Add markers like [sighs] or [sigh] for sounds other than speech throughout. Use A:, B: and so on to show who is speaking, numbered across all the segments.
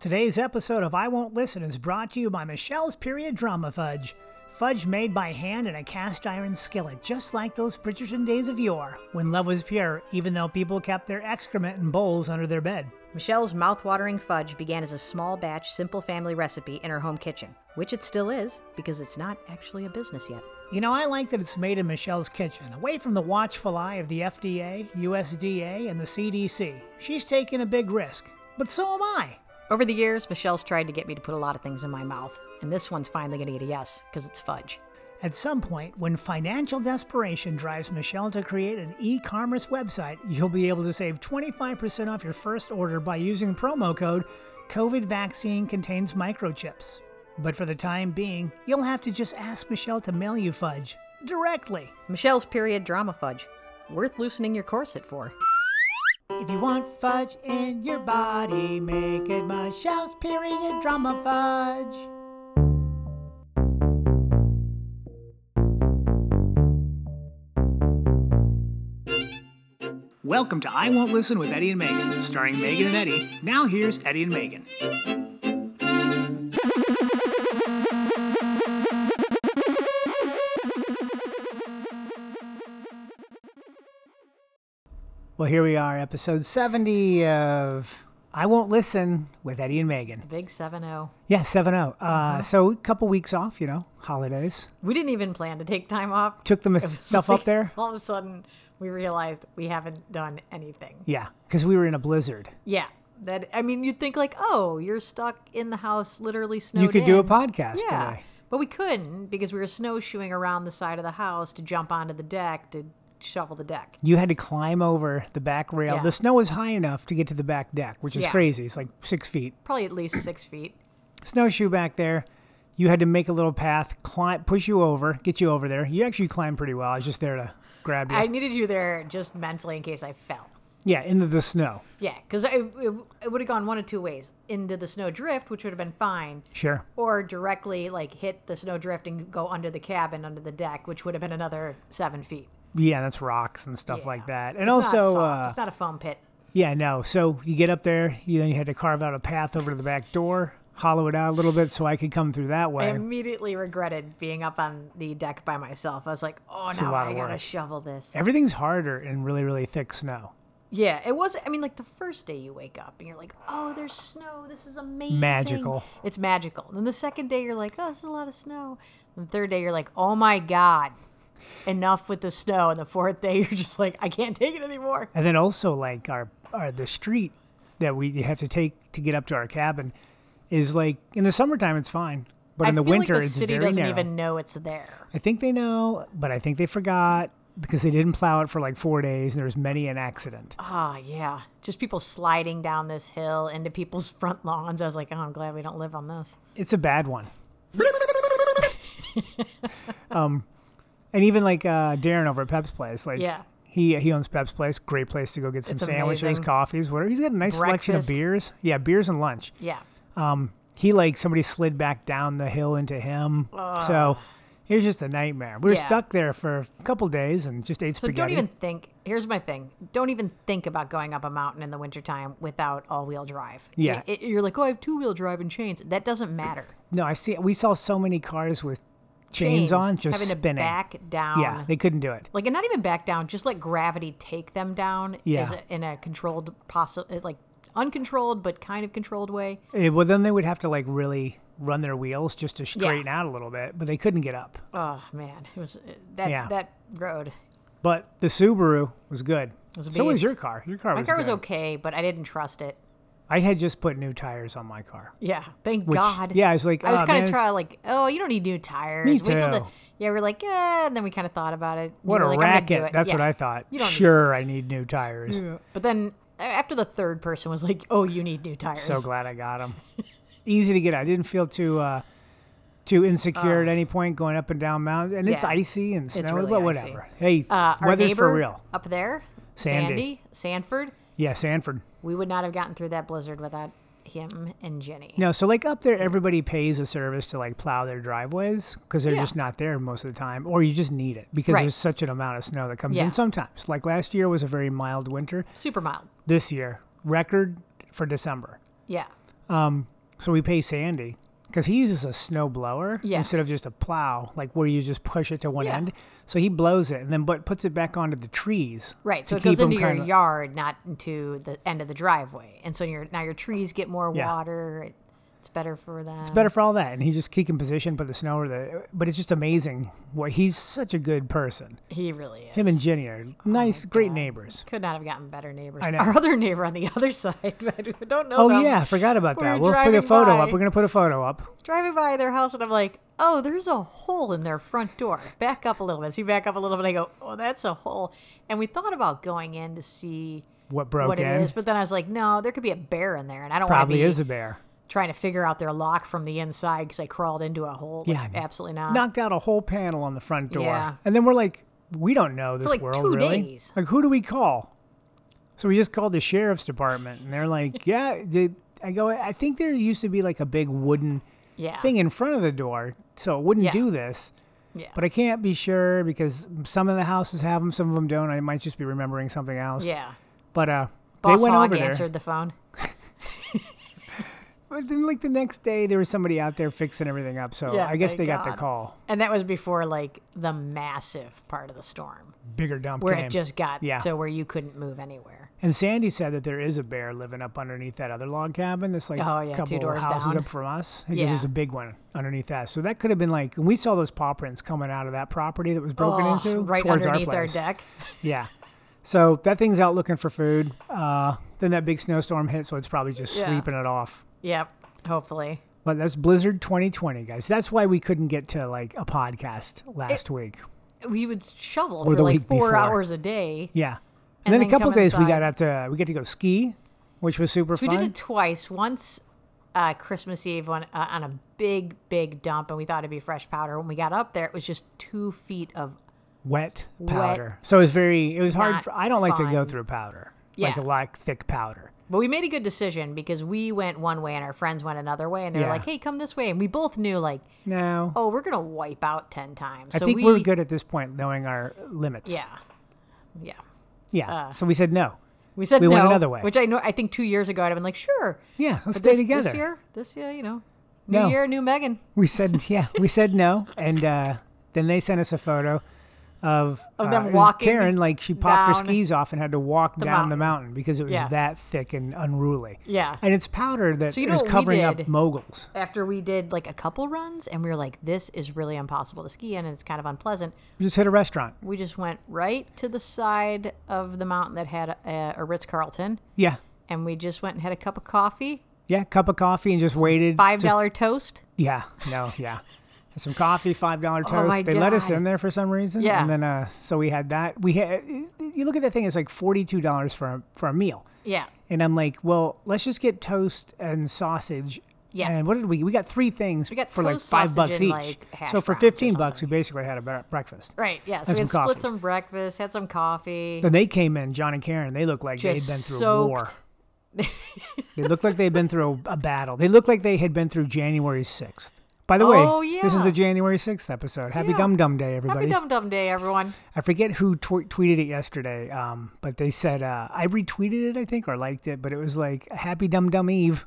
A: Today's episode of I Won't Listen is brought to you by Michelle's Period Drama Fudge. Fudge made by hand in a cast iron skillet, just like those Bridgerton days of yore, when love was pure, even though people kept their excrement in bowls under their bed.
B: Michelle's mouth-watering fudge began as a small batch, simple family recipe in her home kitchen, which it still is because it's not actually a business yet.
A: You know, I like that it's made in Michelle's kitchen, away from the watchful eye of the FDA, USDA, and the CDC. She's taking a big risk, but so am I.
B: Over the years, Michelle's tried to get me to put a lot of things in my mouth, and this one's finally going to get a yes because it's fudge.
A: At some point, when financial desperation drives Michelle to create an e commerce website, you'll be able to save 25% off your first order by using promo code COVID vaccine contains microchips. But for the time being, you'll have to just ask Michelle to mail you fudge directly.
B: Michelle's period drama fudge, worth loosening your corset for.
A: If you want fudge in your body, make it Michelle's period drama fudge. Welcome to I Won't Listen with Eddie and Megan, starring Megan and Eddie. Now here's Eddie and Megan. Well, here we are, episode 70 of I Won't Listen with Eddie and Megan.
B: Big 7 0.
A: Yeah, 7 0. Uh, so, a couple weeks off, you know, holidays.
B: We didn't even plan to take time off. [laughs]
A: Took the mis- stuff up there.
B: All of a sudden, we realized we haven't done anything.
A: Yeah, because we were in a blizzard.
B: Yeah. That I mean, you'd think like, oh, you're stuck in the house, literally snowed.
A: you could do a
B: in.
A: podcast
B: Yeah,
A: today.
B: but we couldn't because we were snowshoeing around the side of the house to jump onto the deck to shovel the deck.
A: You had to climb over the back rail.
B: Yeah.
A: The snow was high enough to get to the back deck, which is
B: Yeah.
A: crazy. It's like six feet.
B: Probably at least six feet.
A: Snowshoe back there. You had to make a little path, climb, push you over, get you over there. You actually climbed pretty well. I was just there to grab you.
B: I needed you there just mentally in case I fell.
A: yeah, into the snow.
B: Yeah, because it, it, it would have gone one of two ways: into the snow drift, which would have been fine,
A: Sure.
B: or directly like hit the snow drift and go under the cabin, under the deck, which would have been another seven feet.
A: Yeah, that's rocks and stuff like
B: Yeah.
A: that. And
B: It's not
A: also,
B: soft.
A: uh,
B: it's not a foam pit.
A: yeah, no. So you get up there, you then you had to carve out a path over to the back door, hollow it out a little bit so I could come through that
B: I
A: way.
B: immediately regretted being up on the deck by myself. I was like, "Oh,
A: a
B: now
A: lot
B: I
A: of
B: gotta
A: work.
B: shovel this."
A: Everything's harder in really, really thick snow.
B: Yeah, it was. I mean, like the first day you wake up and you're like, "Oh, there's snow. This is amazing."
A: Magical.
B: It's magical. And then the second day you're like, "Oh, this is a lot of snow." And the third day you're like, "Oh my god, enough with the snow." And the fourth day [laughs] you're just like, "I can't take it anymore."
A: And then also like our, our the street that we have to take to get up to our cabin is like in the summertime it's fine, but
B: I
A: in the
B: feel like
A: winter
B: the
A: it's
B: city
A: very
B: doesn't
A: narrow.
B: even know it's there.
A: I think they know, but I think they forgot because they didn't plow it for like four days, and there was many an accident.
B: Ah, yeah, just people sliding down this hill into people's front lawns. I was like, "Oh, I'm glad we don't live on this."
A: It's a bad
B: [laughs]
A: one. um, Um, and even like uh, Darren over at Pep's Place, like
B: Yeah.
A: he he owns Pep's Place, great place to go get some
B: It's
A: sandwiches,
B: amazing.
A: coffees, whatever. He's got a nice selection of
B: Breakfast.
A: beers. Yeah, beers and lunch.
B: Yeah,
A: he like somebody slid back down the hill into him. So it was just a nightmare. We were
B: Yeah.
A: stuck there for a couple days and just ate
B: So
A: spaghetti.
B: don't even think. Here's my thing. Don't even think about going up a mountain in the wintertime without all-wheel drive.
A: Yeah.
B: It- you're like, oh, I have two-wheel drive and chains. That doesn't matter.
A: no, I see. We saw so many cars with chains, on, just
B: having
A: spinning.
B: to back down.
A: yeah, they couldn't do it.
B: like and not even back down. Just let gravity take them down.
A: Yeah.
B: Is in a controlled, possible, like uncontrolled but kind of controlled way.
A: Eh, well, then they would have to like really run their wheels just to straighten out a little bit, but they couldn't get up.
B: Oh man, it was that
A: Yeah.
B: that road.
A: But the Subaru was good.
B: was a
A: so was
B: beast.
A: your car. Your car
B: My
A: was
B: car
A: good.
B: was okay, but I didn't trust it.
A: I had just put new tires on my car.
B: Yeah, thank God.
A: yeah, I was like,
B: I was
A: "Aw,
B: kind
A: Oh, man."
B: of trying like, oh, you don't need new tires.
A: Me
B: the,
A: too.
B: yeah, we are like, yeah, and then we kind of thought about it.
A: What
B: we
A: a
B: were like, I'm gonna do
A: racket!
B: it.
A: That's
B: Yeah.
A: what I thought.
B: You don't need-
A: Sure, I need new tires.
B: But then a- after the third person was like, oh, you need new tires.
A: So glad I got
B: [laughs]
A: them. Easy to get. I didn't feel too uh, too insecure at any point going up and down mountains. And it's
B: Oh. yeah.
A: icy and snow,
B: really
A: but
B: icy.
A: whatever. Hey,
B: uh, our
A: weather's for
B: neighbor
A: real.
B: up there,
A: Sandy.
B: Sanford.
A: Yeah, Sanford.
B: We would not have gotten through that blizzard without him and Jenny.
A: No, so like up there, everybody pays a service to like plow their driveways because they're
B: Yeah.
A: just not there most of the time, or you just need it because
B: Right.
A: there's such an amount of snow that comes
B: Yeah.
A: in sometimes. Like last year was a very mild winter.
B: Super mild.
A: This year, record for December. Um,
B: Yeah.
A: So we pay Sandy because he uses a snow blower
B: Yeah.
A: instead of just a plow, like where you just push it to one
B: Yeah.
A: end. So he blows it and then but puts it back onto the trees.
B: Right,
A: to
B: so it goes
A: keep 'em
B: into your
A: kinda-
B: yard, not into the end of the driveway, and so your now your trees get more
A: Yeah.
B: water. It, it's better for them.
A: It's better for all that, and he just keep in position, put the snow or the. But it's just amazing. What he's such a good person.
B: He really is.
A: Him and Jenny are
B: Oh
A: nice, great neighbors.
B: could not have gotten better neighbors.
A: I know.
B: Our [laughs] other neighbor on the other side, [laughs] but we don't know.
A: Oh
B: them,
A: yeah, I forgot about
B: We
A: that.
B: were
A: We'll put a
B: driving
A: photo
B: by.
A: up. We're gonna put a photo up.
B: driving by their house, and I'm like, oh, there's a hole in their front door. Back up a little bit. So you back up a little bit. I go, oh, that's a hole. And we thought about going in to see
A: What broke
B: what
A: in?
B: it is, but then I was like, no, there could be a bear in there, and I don't want to
A: Probably
B: be
A: is a bear.
B: trying to figure out their lock from the inside because I crawled into a hole. Like,
A: Yeah, I know.
B: absolutely not.
A: Knocked out a whole panel on the front door,
B: uh, Yeah.
A: and then we're like, we don't know this
B: like,
A: world
B: two
A: really.
B: days.
A: Like, who do we call? So we just called the sheriff's department, and they're
B: [laughs]
A: like, yeah. Did, I go. I think there used to be like a big wooden
B: yeah,
A: thing in front of the door, so it wouldn't
B: Yeah.
A: do this.
B: yeah,
A: But I can't be sure because some of the houses have them, some of them don't. I might just be remembering something else.
B: yeah.
A: But uh,
B: Boss
A: they went
B: Hog
A: over there.
B: answered the phone.
A: But then, like the next day, there was somebody out there fixing everything up. So
B: Yeah,
A: I guess
B: thank
A: they got the
B: God.
A: call.
B: And that was before like the massive part of the storm
A: Bigger dump
B: where
A: came.
B: it just got
A: Yeah.
B: to where you couldn't move anywhere.
A: and Sandy said that there is a bear living up underneath that other log cabin. That's like
B: Oh, yeah,
A: a
B: two
A: couple
B: doors
A: houses
B: down.
A: up from us. I think
B: Yeah.
A: There's just a big one underneath that. So that could have been like and we saw those paw prints coming out of that property that was broken
B: Oh,
A: into
B: right
A: towards
B: underneath
A: our place.
B: deck.
A: Yeah. So that thing's out looking for food. Uh, then that big snowstorm hit, so it's probably just
B: Yeah.
A: sleeping it off.
B: Yep. Hopefully.
A: But that's Blizzard 2020, guys. That's why we couldn't get to like a podcast last week.
B: We would shovel
A: Or
B: for
A: the
B: like
A: week
B: four
A: before.
B: hours a day.
A: Yeah. And,
B: And
A: then,
B: then
A: a couple
B: come
A: days we
B: inside.
A: got out to we got to go ski, which was super
B: So we
A: fun.
B: did it twice. Once uh, Christmas Eve on, uh, on a big, big dump, and we thought it'd be fresh powder. When we got up there, it was just two feet of
A: Wet powder. So it was very it was hard
B: Not
A: for I don't like to go
B: fun.
A: through powder. Like
B: Yeah.
A: a like thick powder.
B: But we made a good decision because we went one way and our friends went another way, and they're
A: Yeah.
B: like, "Hey, come this way," and we both knew like,
A: No.
B: "Oh, we're gonna wipe out ten times."
A: I
B: so
A: think
B: we,
A: we, are good at this point knowing our limits.
B: Yeah, Uh. yeah.
A: Yeah. so we said no.
B: We said
A: We
B: no,
A: went another way.
B: which I know. I think two years ago I'd have been like, "Sure,
A: Yeah, let's
B: but
A: stay
B: this,
A: together.
B: This year, this year, you know, new
A: No.
B: year, new Megan
A: We said [laughs] yeah, we said no, and uh, then they sent us a photo of,
B: Of
A: uh,
B: them
A: it was
B: walking
A: Karen, like she popped her
B: down
A: skis off and had to walk down the mountain because it was
B: Yeah.
A: that thick and unruly.
B: Yeah.
A: and it's powder that is
B: So you know what we
A: covering up
B: did?
A: moguls.
B: after we did like a couple runs, and we were like, "This is really impossible to ski in, and it's kind of unpleasant."
A: We just hit a restaurant.
B: We just went right to the side of the mountain that had a, a Ritz Carlton,
A: Yeah,
B: and we just went and had a cup of coffee,
A: yeah, cup of coffee and just waited.
B: five
A: just-
B: dollar toast.
A: Yeah, no, yeah. And Some coffee, five
B: [laughs]
A: dollar toast.
B: Oh my
A: they let us
B: God.
A: in there for some reason.
B: Yeah.
A: and then uh, so we had that. We had you look at that thing; it's like forty two dollars for a, for a meal.
B: Yeah.
A: And I'm like, well, let's just get toast and sausage.
B: Yeah.
A: And what did we? We got three things
B: We got
A: for like
B: toast,
A: five
B: sausage,
A: bucks
B: and,
A: each.
B: like, hash
A: so for
B: browns or
A: fifteen bucks, we basically had a bre- breakfast.
B: Right. Yeah. So
A: And
B: we had
A: some
B: split
A: coffees.
B: some breakfast, had some coffee.
A: Then they came in, John and Karen. They looked like
B: Just
A: they'd been through a
B: soaked. [laughs]
A: war. they looked like they'd been through a battle. They looked like they had been through January sixth. By the
B: Oh,
A: way, this is
B: yeah.
A: the January sixth episode. Happy
B: Yeah.
A: Dum Dum Day,
B: Happy
A: everybody!
B: Dum Dum Day, everyone.
A: I forget who tw- tweeted it yesterday, um, but they said uh, I retweeted it, I think, or liked it, but it was like Happy Dum Dum [laughs] Eve.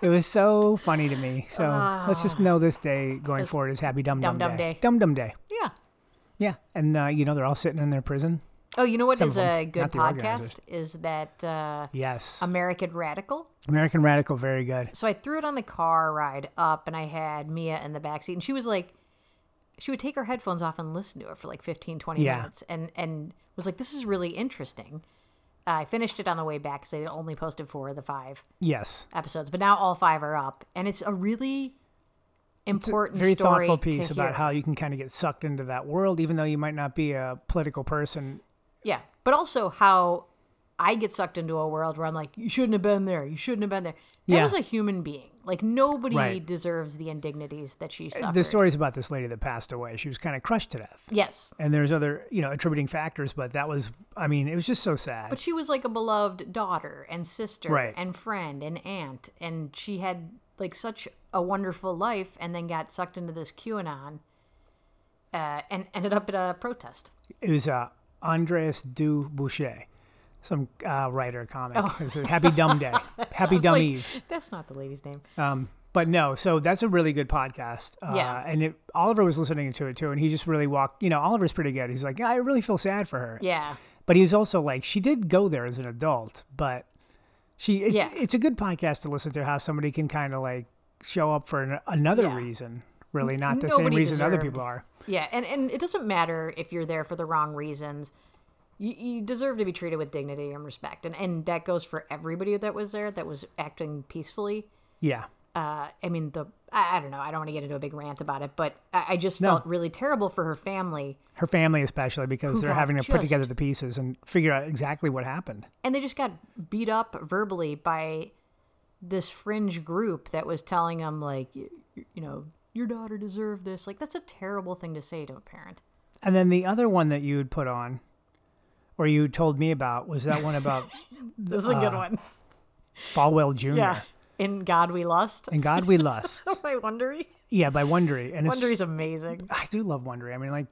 A: it was so funny to me. So let's just know Ah, this day going
B: Just
A: forward is Happy Dum
B: Dum
A: Dum
B: Dum
A: Day.
B: Day.
A: Dum Dum Day.
B: Yeah.
A: Yeah, and uh, you know they're all sitting in their prison.
B: Oh, you know what is
A: Some of them,
B: a good
A: not the
B: podcast?
A: organizers.
B: Is that uh,
A: Yes,
B: American Radical?
A: American Radical, very good.
B: So I threw it on the car ride up, and I had Mia in the back seat, and she was like, she would take her headphones off and listen to it for like 15, 20
A: Yeah.
B: minutes, and and was like, this is really interesting. I finished it on the way back because they only posted four of the five
A: Yes,
B: episodes, but now all five are up, and it's a really important,
A: very
B: story
A: thoughtful
B: to
A: piece about
B: hear.
A: how you can kind of get sucked into that world, even though you might not be a political person.
B: Yeah, but also how I get sucked into a world where I'm like, you shouldn't have been there. You shouldn't have been there. That
A: Yeah.
B: was a human being. Like nobody
A: Right.
B: deserves the indignities that she suffered.
A: The story's about this lady that passed away. She was kind of crushed to death.
B: yes,
A: and there's other you know attributing factors but that was i mean it was just so sad
B: but she was like a beloved daughter and sister
A: Right.
B: and friend and aunt, and she had like such a wonderful life, and then got sucked into this QAnon, uh, and ended up at a protest.
A: it was uh andreas du boucher some uh, writer comic. It's a Happy Dumb
B: [laughs]
A: Day, Happy
B: It's
A: Dumb
B: Oh. like, [laughs]
A: Eve.
B: That's not the lady's name.
A: Um, but no, so that's a really good podcast. Uh,
B: Yeah.
A: And it, Oliver was listening to it too, and he just really walked. You know, Oliver's pretty good. He's like, yeah, I really feel sad for her.
B: Yeah.
A: But he was also like, she did go there as an adult, but she. It's,
B: Yeah.
A: it's a good podcast to listen to how somebody can kind of like show up for an, another
B: Yeah.
A: reason, really not the same
B: Nobody
A: reason other
B: deserved-
A: people are.
B: Yeah, and, and it doesn't matter if you're there for the wrong reasons. You, you deserve to be treated with dignity and respect. And, and that goes for everybody that was there that was acting peacefully.
A: Yeah.
B: Uh, I mean, the I, I don't know. I don't want to get into a big rant about it, but I, I just
A: No.
B: felt really terrible for her family.
A: Her family, especially, because they're
B: got
A: having to put
B: just-
A: together the pieces and figure out exactly what happened.
B: And they just got beat up verbally by this fringe group that was telling them, like, you, you know, your daughter deserved this. Like, that's a terrible thing to say to a parent.
A: And then the other one that you had put on, or you told me about, was that one
B: [laughs]
A: about
B: This is a
A: Uh,
B: good one.
A: Falwell Jr.
B: Yeah. In God We Lust
A: And God We Lust.
B: [laughs] by Wondery.
A: yeah, by Wondery. And it's,
B: Wondery's amazing.
A: I do love Wondery. I mean, like,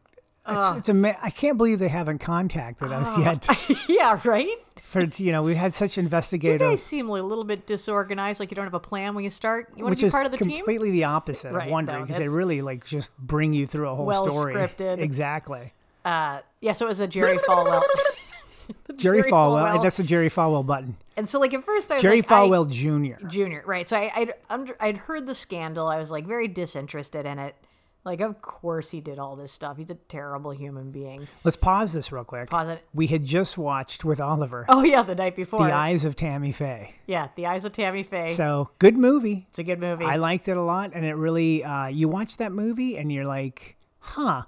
A: it's, it's ama- I can't believe they haven't contacted us yet.
B: [laughs] [laughs] yeah, right?
A: For you know, we had such
B: You
A: investigative,
B: guys seem a little bit disorganized, like you don't have a plan when you start. You want
A: which
B: to be
A: is
B: part of the team?
A: completely the opposite
B: Right,
A: of
B: no,
A: Wondery because they
B: that's-
A: really like just bring you through a whole
B: Well
A: story.
B: scripted. [laughs]
A: Exactly.
B: Uh, yeah, so it was a Jerry Falwell.
A: Jerry,
B: Jerry
A: Falwell.
B: Falwell.
A: and That's the Jerry Falwell button.
B: and so, like, at first I was
A: Jerry
B: like, I-
A: Falwell Jr.
B: Junior, right. So I, I'd, under, I'd heard the scandal. I was, like, very disinterested in it. Like, of course he did all this stuff. He's a terrible human being.
A: Let's pause this real quick.
B: Pause it.
A: We had just watched with Oliver
B: Oh, yeah, the night before.
A: The Eyes of Tammy Faye.
B: yeah, The Eyes of Tammy Faye.
A: So good movie.
B: it's a good movie.
A: I liked it a lot, and it really uh, you watch that movie and you're like, huh,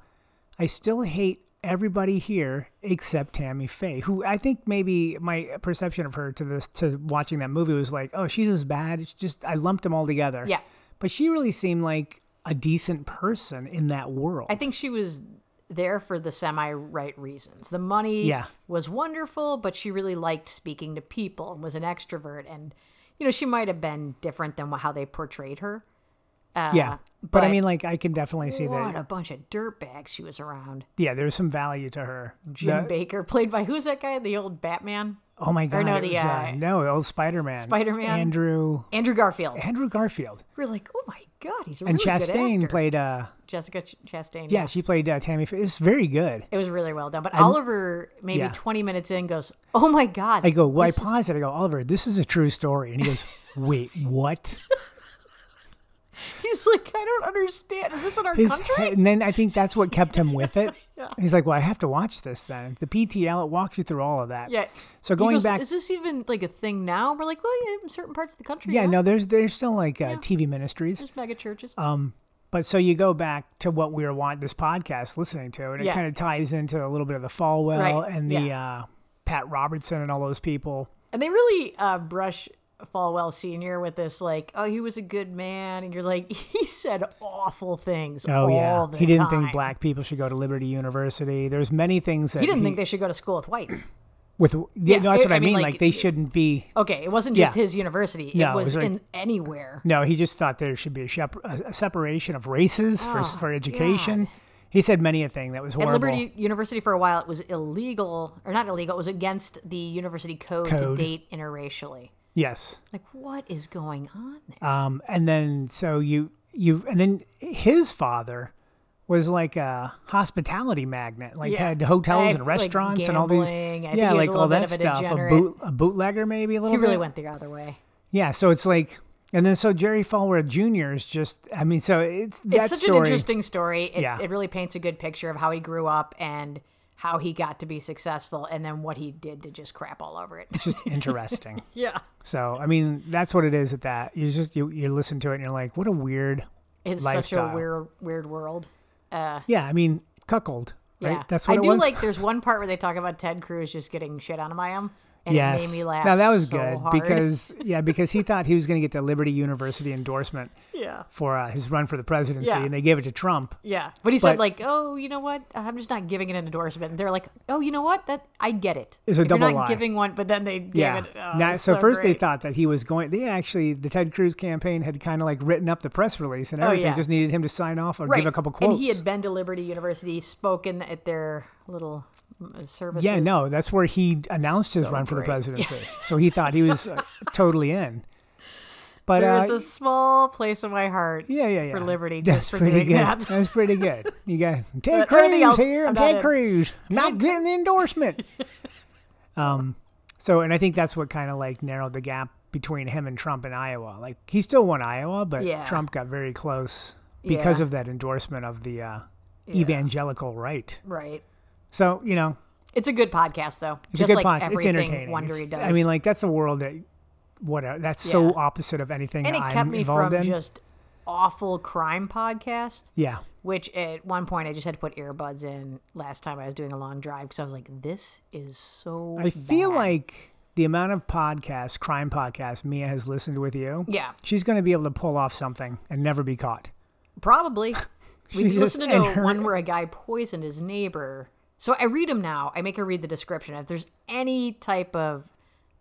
A: I still hate everybody here except Tammy Faye, who I think maybe my perception of her to this to watching that movie was like, oh, she's as bad. It's just I lumped them all together.
B: Yeah.
A: but she really seemed like a decent person in that world.
B: I think she was there for the semi right reasons. The money
A: Yeah.
B: was wonderful, but she really liked speaking to people and was an extrovert. And, you know, she might have been different than how they portrayed her. Uh,
A: yeah, but, I
B: but-
A: mean, like I can definitely see
B: What
A: that.
B: a bunch of dirtbags she was around.
A: Yeah, there's some value to her.
B: Jim
A: The-
B: Baker, played by who's that guy? The old Batman?
A: oh my god,
B: no,
A: it
B: the,
A: was,
B: uh,
A: no, old Spider Man,
B: Spider-Man.
A: Andrew
B: Andrew Garfield.
A: Andrew Garfield.
B: We're like, oh my God, he's a
A: And
B: really good actor.
A: Chastain played. Uh,
B: Jessica Ch- Chastain.
A: yeah, she played uh, Tammy. Faye. It's very good.
B: It was really well done. But Oliver, maybe
A: yeah.
B: 20 minutes in, goes, oh my God.
A: I go. Well, I pause it. I go, Oliver, this is a true story. And he goes, Wait, what?
B: [laughs] He's like, I don't understand. Is this in our
A: His
B: country?
A: head- and then I think that's what kept him with it.
B: [laughs] Yeah.
A: He's like, Well, I have to watch this then. The PTL it walks you through all of that.
B: Yeah.
A: So
B: He
A: going
B: goes,
A: back,
B: is this even like a thing now? We're like, well, yeah, in certain parts of the country.
A: yeah,
B: yeah.
A: no, there's there's still like uh, TV ministries.
B: There's mega churches.
A: But so you go back to what we were want this podcast listening to, and it
B: Yeah.
A: kind of ties into a little bit of the Falwell
B: Right,
A: and the uh, Pat Robertson and all those people.
B: and they really uh, brush Falwell Senior with this, like, oh, he was a good man, and you're like, [laughs] he said awful things.
A: Oh
B: all
A: yeah,
B: the
A: he didn't
B: time.
A: think black people should go to Liberty University. There's many things that
B: He didn't think they should go to school
A: [clears throat]
B: with whites.
A: with yeah, no, that's
B: it-
A: what I,
B: I mean,
A: mean. Like,
B: like,
A: they shouldn't be.
B: Okay, it wasn't just
A: Yeah.
B: his university; it
A: No, it
B: was,
A: was like-
B: in anywhere.
A: No, he just thought there should be a, shep- a a separation of races for s- for education. He said many a thing that was
B: Oh, At
A: horrible.
B: Liberty University, for a while, it was illegal, or not illegal. It was against the university code,
A: Code.
B: to date interracially.
A: yes,
B: Like, what is going on there?
A: um, and then so you you and then his father was like a hospitality magnet, like
B: Yeah.
A: had hotels
B: I-
A: and
B: like
A: restaurants and all these.
B: gambling. I think
A: yeah,
B: he was
A: like
B: a
A: all
B: little bit
A: that
B: of a
A: stuff. A
B: degenerate.
A: boot a bootlegger maybe a little
B: He
A: bit.
B: really went the other way.
A: Yeah, so it's like, and then so Jerry Falwell Jr. is just, I mean, so it's that
B: it's such
A: story.
B: an interesting story. It,
A: Yeah.
B: it really paints a good picture of how he grew up and how he got to be successful, and then what he did to just crap all over it.
A: [laughs] it's just interesting.
B: yeah,
A: so I mean, that's what it is. At that, you just you you listen to it and you're like, what a weird.
B: it's such
A: Lifestyle.
B: a weird, weird world. Uh,
A: Yeah, I mean, cuckold, right?
B: Yeah,
A: That's what
B: I
A: it
B: do
A: was. [laughs]
B: like. There's one part where they talk about Ted Cruz just getting shit out of my him, and
A: yes.
B: it made me laugh.
A: Now that was
B: so
A: good
B: hard.
A: because yeah, because he thought he was going to get the Liberty University endorsement
B: [laughs] yeah,
A: for uh, his run for the presidency,
B: Yeah.
A: and they gave it to Trump.
B: yeah. But he said
A: But-
B: like, oh, you know what? I'm just not giving it an endorsement. And they're like, oh, you know what? That I get it.
A: It's a
B: If you're
A: double
B: not
A: lie.
B: giving one, but then they gave
A: Yeah.
B: it. Oh,
A: Now-
B: it's
A: so, first
B: great.
A: they thought that he was going. They actually, the Ted Cruz campaign had kind of like written up the press release and everything.
B: Oh, yeah.
A: Just needed him to sign off or give a couple
B: And
A: quotes.
B: he had been to Liberty University, spoken at their little mm, uh, services.
A: Yeah, no, that's where he announced his
B: So
A: run for the
B: great. [laughs]
A: presidency. so he thought he was uh, totally in. But
B: There
A: uh,
B: is a small place in my heart.
A: yeah, yeah, yeah.
B: for
A: [laughs]
B: liberty
A: That's
B: just for
A: pretty
B: doing
A: good.
B: that. [laughs]
A: That's pretty good. You got Ted
B: But everything
A: Cruz
B: else,
A: here.
B: I'm
A: and
B: not
A: Ted
B: in.
A: Cruz not getting the
B: [laughs]
A: endorsement. um, so and I think that's what kind of like narrowed the gap between him and Trump in Iowa. Like he still won Iowa, but
B: Yeah.
A: Trump got very close [laughs] because
B: Yeah.
A: of that endorsement of the uh,
B: Yeah.
A: evangelical right.
B: Right.
A: So you know,
B: It's a good podcast though.
A: It's
B: just
A: a good
B: like
A: podcast. It's
B: everything
A: entertaining.
B: Wondery
A: It's-
B: does.
A: I mean, like that's a world that whatever. That's
B: Yeah.
A: so opposite of anything
B: and it
A: I'm
B: kept me
A: involved
B: from
A: in.
B: just awful crime podcast,
A: yeah,
B: which at one point I just had to put earbuds in last time I was doing a long drive because I was like, this is so.
A: I feel
B: bad.
A: like the amount of podcasts, crime podcasts, Mia has listened with you.
B: Yeah,
A: She's going to be able to pull off something and never be caught. [laughs]
B: probably. We
A: She's just-
B: listened
A: and
B: to a
A: her-
B: one where a guy poisoned his neighbor. So I read him now. I make her read the description. If there's any type of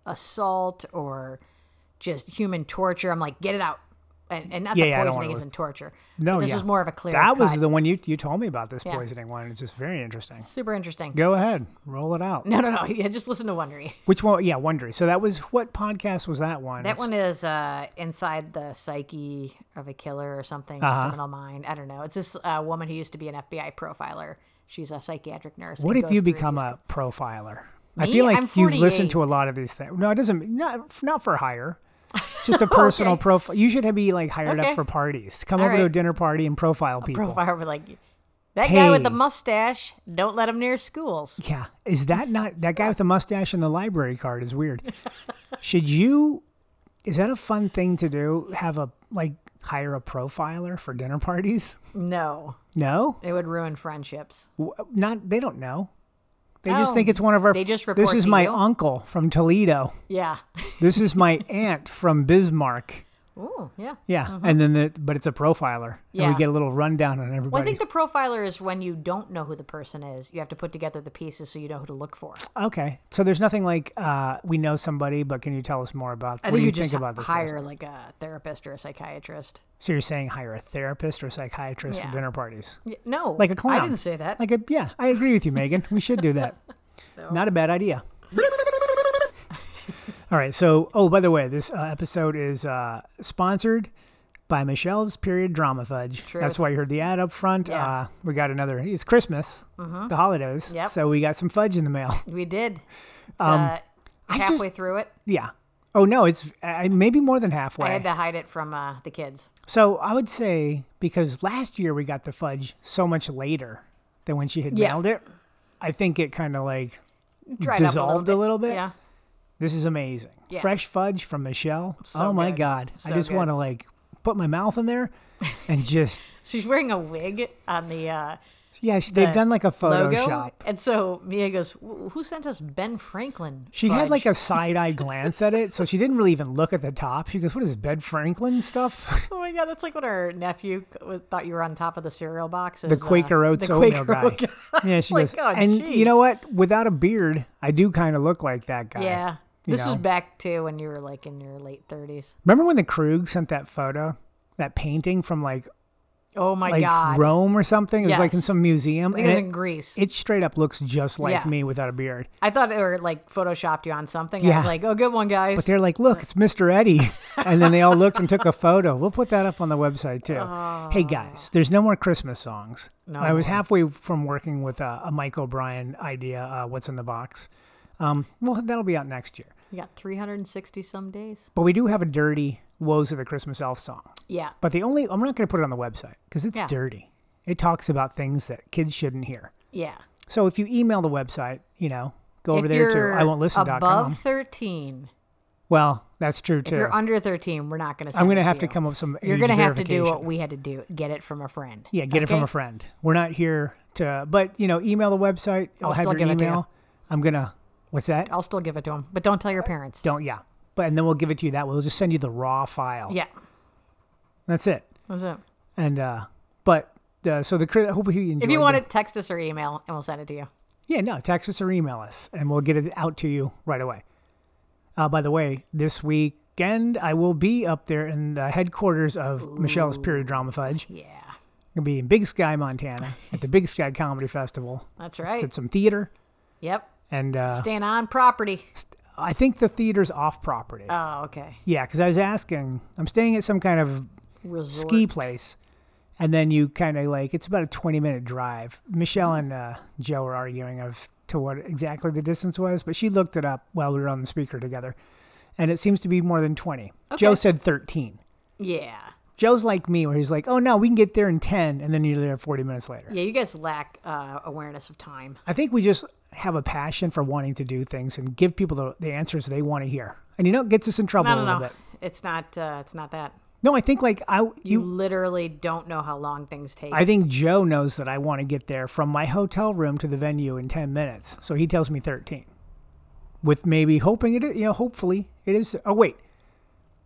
B: assault or just human torture, I'm like, get it out. And, and not
A: Yeah,
B: the
A: yeah, I don't
B: poisoning
A: wanna
B: isn't torture.
A: No,
B: But this
A: yeah.
B: is more of a clear.
A: That was
B: cut.
A: the one you you told me about this
B: Yeah.
A: poisoning one. It's just very interesting.
B: super interesting.
A: Go ahead, roll it out.
B: [laughs] No, no, no. Yeah, just listen
A: [laughs]
B: to Wondery.
A: Which one? Yeah, Wondery. So that was what podcast was that one?
B: That one is uh, inside the psyche of a killer or something,
A: Uh-huh.
B: criminal mind. I don't know. It's this uh, woman who used to be an FBI profiler. She's a psychiatric nurse.
A: What
B: and
A: if you
B: goes through
A: become
B: these-
A: a profiler? I
B: Me?
A: feel like
B: I'm
A: you've listened to a lot of these things. No, it doesn't. Not not for
B: [laughs]
A: hire. Just a personal profile. You should be like hired
B: Okay.
A: up for parties. Come
B: All
A: over to a
B: right.
A: dinner party and profile people.
B: profile with like that guy with the
A: Hey.
B: mustache. Don't let him near schools.
A: Yeah, is that not that guy with the mustache and the library card is
B: [laughs]
A: weird? should you? Is that a fun thing to do? Have a like hire a profiler for dinner parties?
B: No,
A: No,
B: it would ruin friendships.
A: W- not they don't know. They just
B: Oh,
A: think it's one of our.
B: they just
A: this
B: report
A: is
B: to
A: my
B: you?
A: uncle from Toledo.
B: Yeah.
A: This is
B: [laughs]
A: my aunt from Bismarck.
B: Ooh, yeah.
A: Yeah, and then the, but it's a profiler. and
B: Uh-huh. Yeah.
A: we get a little rundown on everybody.
B: Well, I think the profiler is when you don't know who the person is. You have to put together the pieces so you know who to look for.
A: okay, so there's nothing like uh, we know somebody, but can you tell us more about?
B: I
A: what
B: think
A: do
B: you
A: you
B: just
A: think about this?
B: hire
A: person?
B: like a therapist or a psychiatrist.
A: So you're saying hire a therapist or psychiatrist
B: Yeah.
A: for dinner parties,
B: Y- No,
A: like a clown.
B: I didn't say that.
A: Like a yeah, I agree with you, Megan. We should do
B: [laughs]
A: that. Not a bad idea. [laughs] All right. So, oh, by the way, this uh, episode is uh, sponsored by Michelle's Period Drama Fudge. That's
B: Truth.
A: why you heard the ad up front.
B: Yeah. Mm-hmm.
A: Uh, we got another. It's Christmas, the holidays.
B: Yep.
A: So we got some fudge in the mail. [laughs]
B: we did. It's, uh,
A: um, just-
B: halfway through it,
A: yeah. Oh no, it's uh, maybe more than
B: I
A: halfway.
B: had to hide it from uh, the kids.
A: so I would say because last year we got the fudge so much later than when she had
B: Yeah.
A: mailed it. I think it kind of like
B: Dried
A: dissolved a little bit.
B: Yeah,
A: This is amazing.
B: Yeah.
A: Fresh fudge from Michelle.
B: So
A: oh my
B: good.
A: god. I
B: So
A: just
B: good.
A: want to like put my mouth in there and just [laughs]
B: she's wearing a wig on the. Uh,
A: yeah, she- they've
B: The
A: done like a
B: logo.
A: Photoshop.
B: And so Mia goes, "Wh- "Who sent us Ben Franklin?"
A: She had
B: fudge?"
A: like a side eye glance at it, so she didn't really even look at the top. She goes, "What is Bed Franklin stuff?"
B: [laughs]
A: [laughs]
B: "Oh my god, that's like when our nephew was- thought you were on top of the cereal box." uh,
A: the Quaker Oats
B: the
A: oatmeal
B: Quaker
A: guy.
B: [laughs] Oat guy.
A: Yeah, she
B: Like,
A: goes,
B: oh,
A: and you
B: jeez.
A: know what? Without a beard, I do kind of look like that guy.
B: yeah,
A: You
B: this
A: know.
B: is back to when you were like in your late thirties.
A: Remember when the Krug sent that photo, that painting from like
B: Oh my
A: like
B: god,
A: Rome or something? It was like in
B: Yes.
A: some museum,
B: I
A: and
B: think it was
A: it,
B: in Greece.
A: it straight up looks just like
B: Yeah.
A: me without a beard.
B: I thought it were like photoshopped you on something. I
A: Yeah.
B: was like, "Oh, good one, guys."
A: But they're like, look, it's Mr.
B: [laughs]
A: Eddie. And then they all looked and took a photo. We'll put that up on the website too. hey guys, there's no more Christmas songs.
B: No
A: I was
B: more.
A: halfway from working with a, a Mike O'Brien idea, uh, What's in the Box. Um, well, that'll be out next year.
B: you got 360 some days.
A: But we do have a dirty Woes of the Christmas Elf song.
B: Yeah,
A: But the only, I'm not going to put it on the website because it's
B: Yeah.
A: dirty. It talks about things that kids shouldn't hear.
B: yeah.
A: So if you email the website, you know, go over
B: if
A: there
B: you're
A: too. I won't listen. dot com.
B: above 13.
A: Well, that's true too.
B: If you're under 13, we're not going to.
A: I'm going
B: to
A: to have to
B: you.
A: come up with some.
B: You're
A: going
B: gonna have to do what we had to do. Get it from a friend.
A: Yeah, get it from
B: okay?
A: a friend. We're not here to, but you know, email the website. I'll,
B: I'll
A: have
B: still
A: your
B: give it to you.
A: email. I'm gonna. What's that?
B: I'll still give it to him, but don't tell your parents.
A: Don't yeah. But and then we'll give it to you that way. We'll just send you the raw file.
B: Yeah.
A: that's it.
B: What's up?
A: And uh, but uh, so the cri- I hope you enjoyed.
B: If you want
A: the-
B: it, text us or email, and we'll send it to you.
A: yeah, no, text us or email us, and we'll get it out to you right away. Uh, by the way, this weekend I will be up there in the headquarters of Michelle's Period Drama Fudge.
B: Yeah,
A: gonna be in Big Sky, Montana, at the Big Sky Comedy Festival.
B: that's right.
A: It's at some theater.
B: Yep.
A: And uh,
B: Staying on property.
A: I think the theater's off property. Yeah, 'cause
B: Oh, okay.
A: yeah, because I was asking, I'm staying at some kind of
B: Resort.
A: ski place. And then you kind of like, it's about a 20 minute drive. Michelle
B: Mm-hmm.
A: and uh, Joe were arguing of to what exactly the distance was, but she looked it up while we were on the speaker together. And it seems to be more than 20. Joe
B: Okay.
A: said 13.
B: Yeah.
A: Joe's like me, where he's like, oh no, we can get there in 10. And then you're there 40 minutes later.
B: Yeah, you guys lack uh, awareness of time.
A: I think we just have a passion for wanting to do things and give people the, the answers they want to hear. And you know, it gets us in trouble
B: No,
A: a
B: no,
A: little
B: no.
A: bit.
B: It's not. Uh, it's not that.
A: No, I think like I,
B: You,
A: you,
B: literally don't know how long things take.
A: I think Joe knows that I want to get there from my hotel room to the venue in 10 minutes. So he tells me 13. With maybe hoping it, you know, hopefully it is. Oh, wait.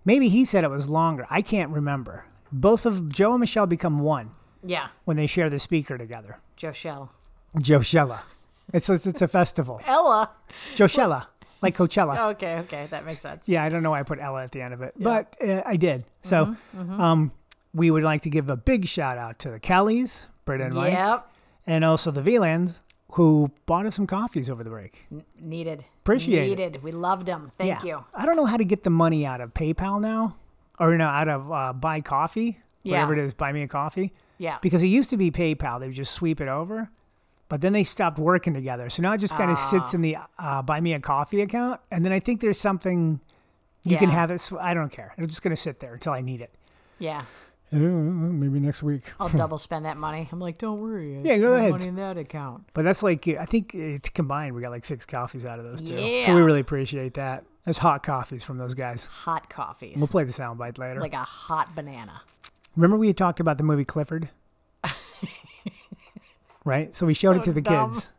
A: Maybe he said it was longer. I can't remember. Both of Joe and Michelle become one
B: yeah,
A: when they share the speaker together.
B: Joe Shell.
A: Joe Shella. It's, it's, it's a
B: [laughs]
A: festival.
B: Ella.
A: Joe Shella, like Coachella.
B: Okay, okay, that makes sense.
A: Uh, Yeah, I don't know why I put Ella at the end of it, but uh, I did. So, um, we would like to give a big shout out to the Kellys, Britt and Mike,
B: Yep.
A: and also the VLANs who bought us some coffees over the break.
B: Needed.
A: Appreciate it.
B: Needed. We loved them. Thank you.
A: I don't know how to get the money out of PayPal now, or no, out of uh, buy coffee, whatever it
B: Yeah.
A: is, buy me a coffee,
B: Yeah.
A: because it used to be PayPal. They would just sweep it over, but then they stopped working together. So now it just
B: Ah.
A: kind of sits in the uh, buy me a coffee account, and then I think there's something you can
B: Yeah.
A: have it. sw- I don't care. It's just gonna sit there until I need it.
B: yeah.
A: Uh, maybe next week. [laughs]
B: I'll double spend that money. I'm like, don't worry. I
A: Yeah, go
B: have
A: ahead.
B: Money in that account.
A: But that's like I think it's combined. We got like six coffees out of those two, so
B: Yeah.
A: we really appreciate that. That's hot coffees from those guys.
B: Hot coffees.
A: We'll play the soundbite later.
B: Like a hot banana.
A: Remember we had talked about the movie
B: [laughs]
A: Clifford, right? So we showed it
B: So
A: to the
B: dumb.
A: kids.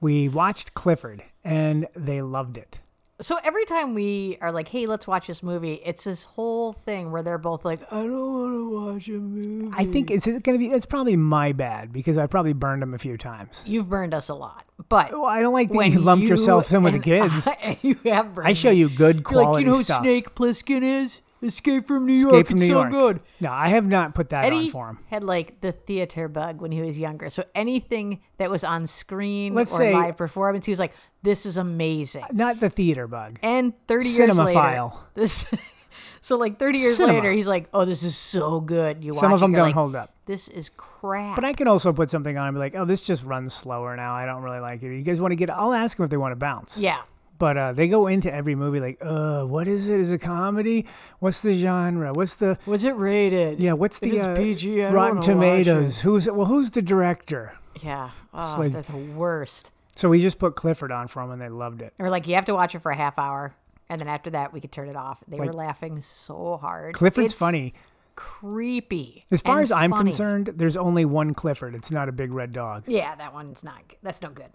A: We watched Clifford, and they loved it.
B: So every time we are like, hey, let's watch this movie, it's this whole thing where they're both like, I don't want to watch a movie.
A: I think it's going to be. It's probably my bad because I probably burned them a few times.
B: You've burned us a lot. But
A: Well, I don't like that
B: when
A: you lumped
B: you
A: yourself in with the
B: [laughs] and
A: kids.
B: I, you have burned
A: I show
B: me.
A: you good
B: You're like,
A: quality
B: you know
A: stuff.
B: who Snake Plissken is? Escape from New York.
A: Escape from
B: it's
A: New
B: so
A: York.
B: good.
A: No, I have not put that
B: Eddie
A: on for him.
B: had like the theater bug when he was younger. So anything that was on screen
A: Let's
B: or
A: say-
B: live performance, he was like, "This is amazing."
A: Not the theater bug.
B: And thirty years later,
A: Cinemaphile.
B: this. [laughs] so like thirty years
A: Cinema.
B: later, he's like, "Oh, this is so good." You
A: Some
B: watch
A: of them
B: it, you're
A: don't
B: like,
A: hold up.
B: This is crap.
A: But I could also put something on and be like, oh, this just runs slower now. I don't really like it. You guys want to get? I'll ask them if they want to bounce.
B: yeah,
A: But uh, they go into every movie like, uh, what is it? Is it comedy? What's the genre? What's the
B: was it rated?
A: yeah? What's the
B: is
A: uh,
B: PG, I don't
A: Rotten
B: wanna watch
A: Tomatoes? Who's well? Who's the director?
B: yeah. Oh,
A: like-
B: they're the worst.
A: So we just put Clifford on for them and they loved it.
B: They were like, "You have to watch it for a half hour." And then after that, we could turn it off. They were laughing so hard.
A: Clifford's
B: It's
A: funny.
B: creepy.
A: As far
B: and
A: as I'm
B: funny.
A: concerned, there's only one Clifford. It's not a big red dog.
B: Yeah, that one's not. g- That's no good.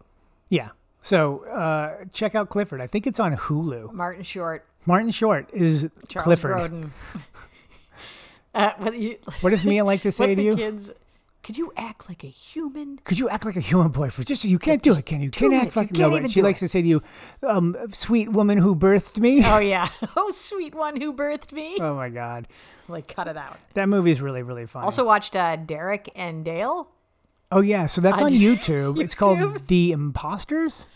A: Yeah. So uh, check out Clifford. I think it's on Hulu.
B: Martin Short,
A: Martin Short is
B: Charles
A: Clifford.
B: Grodin.
A: [laughs]
B: uh, what you, [laughs]
A: What does Mia like to say
B: what
A: to
B: the
A: you?
B: kids? Could you act like a human?
A: [laughs] Could you act like a human boy for just you can't do it, can you? Can't act
B: minutes, you
A: fucking
B: can't
A: no, but
B: even
A: She
B: do
A: likes to say to you, um, "Sweet woman who birthed me." [laughs]
B: Oh yeah. [laughs] Oh sweet one who birthed me.
A: Oh my god,
B: Like cut it out.
A: that movie's really really fun.
B: Also watched uh, Derek and Dale.
A: oh yeah, so that's
B: [laughs]
A: on
B: on
A: YouTube. It's called
B: YouTube? Oh.
A: The Imposters.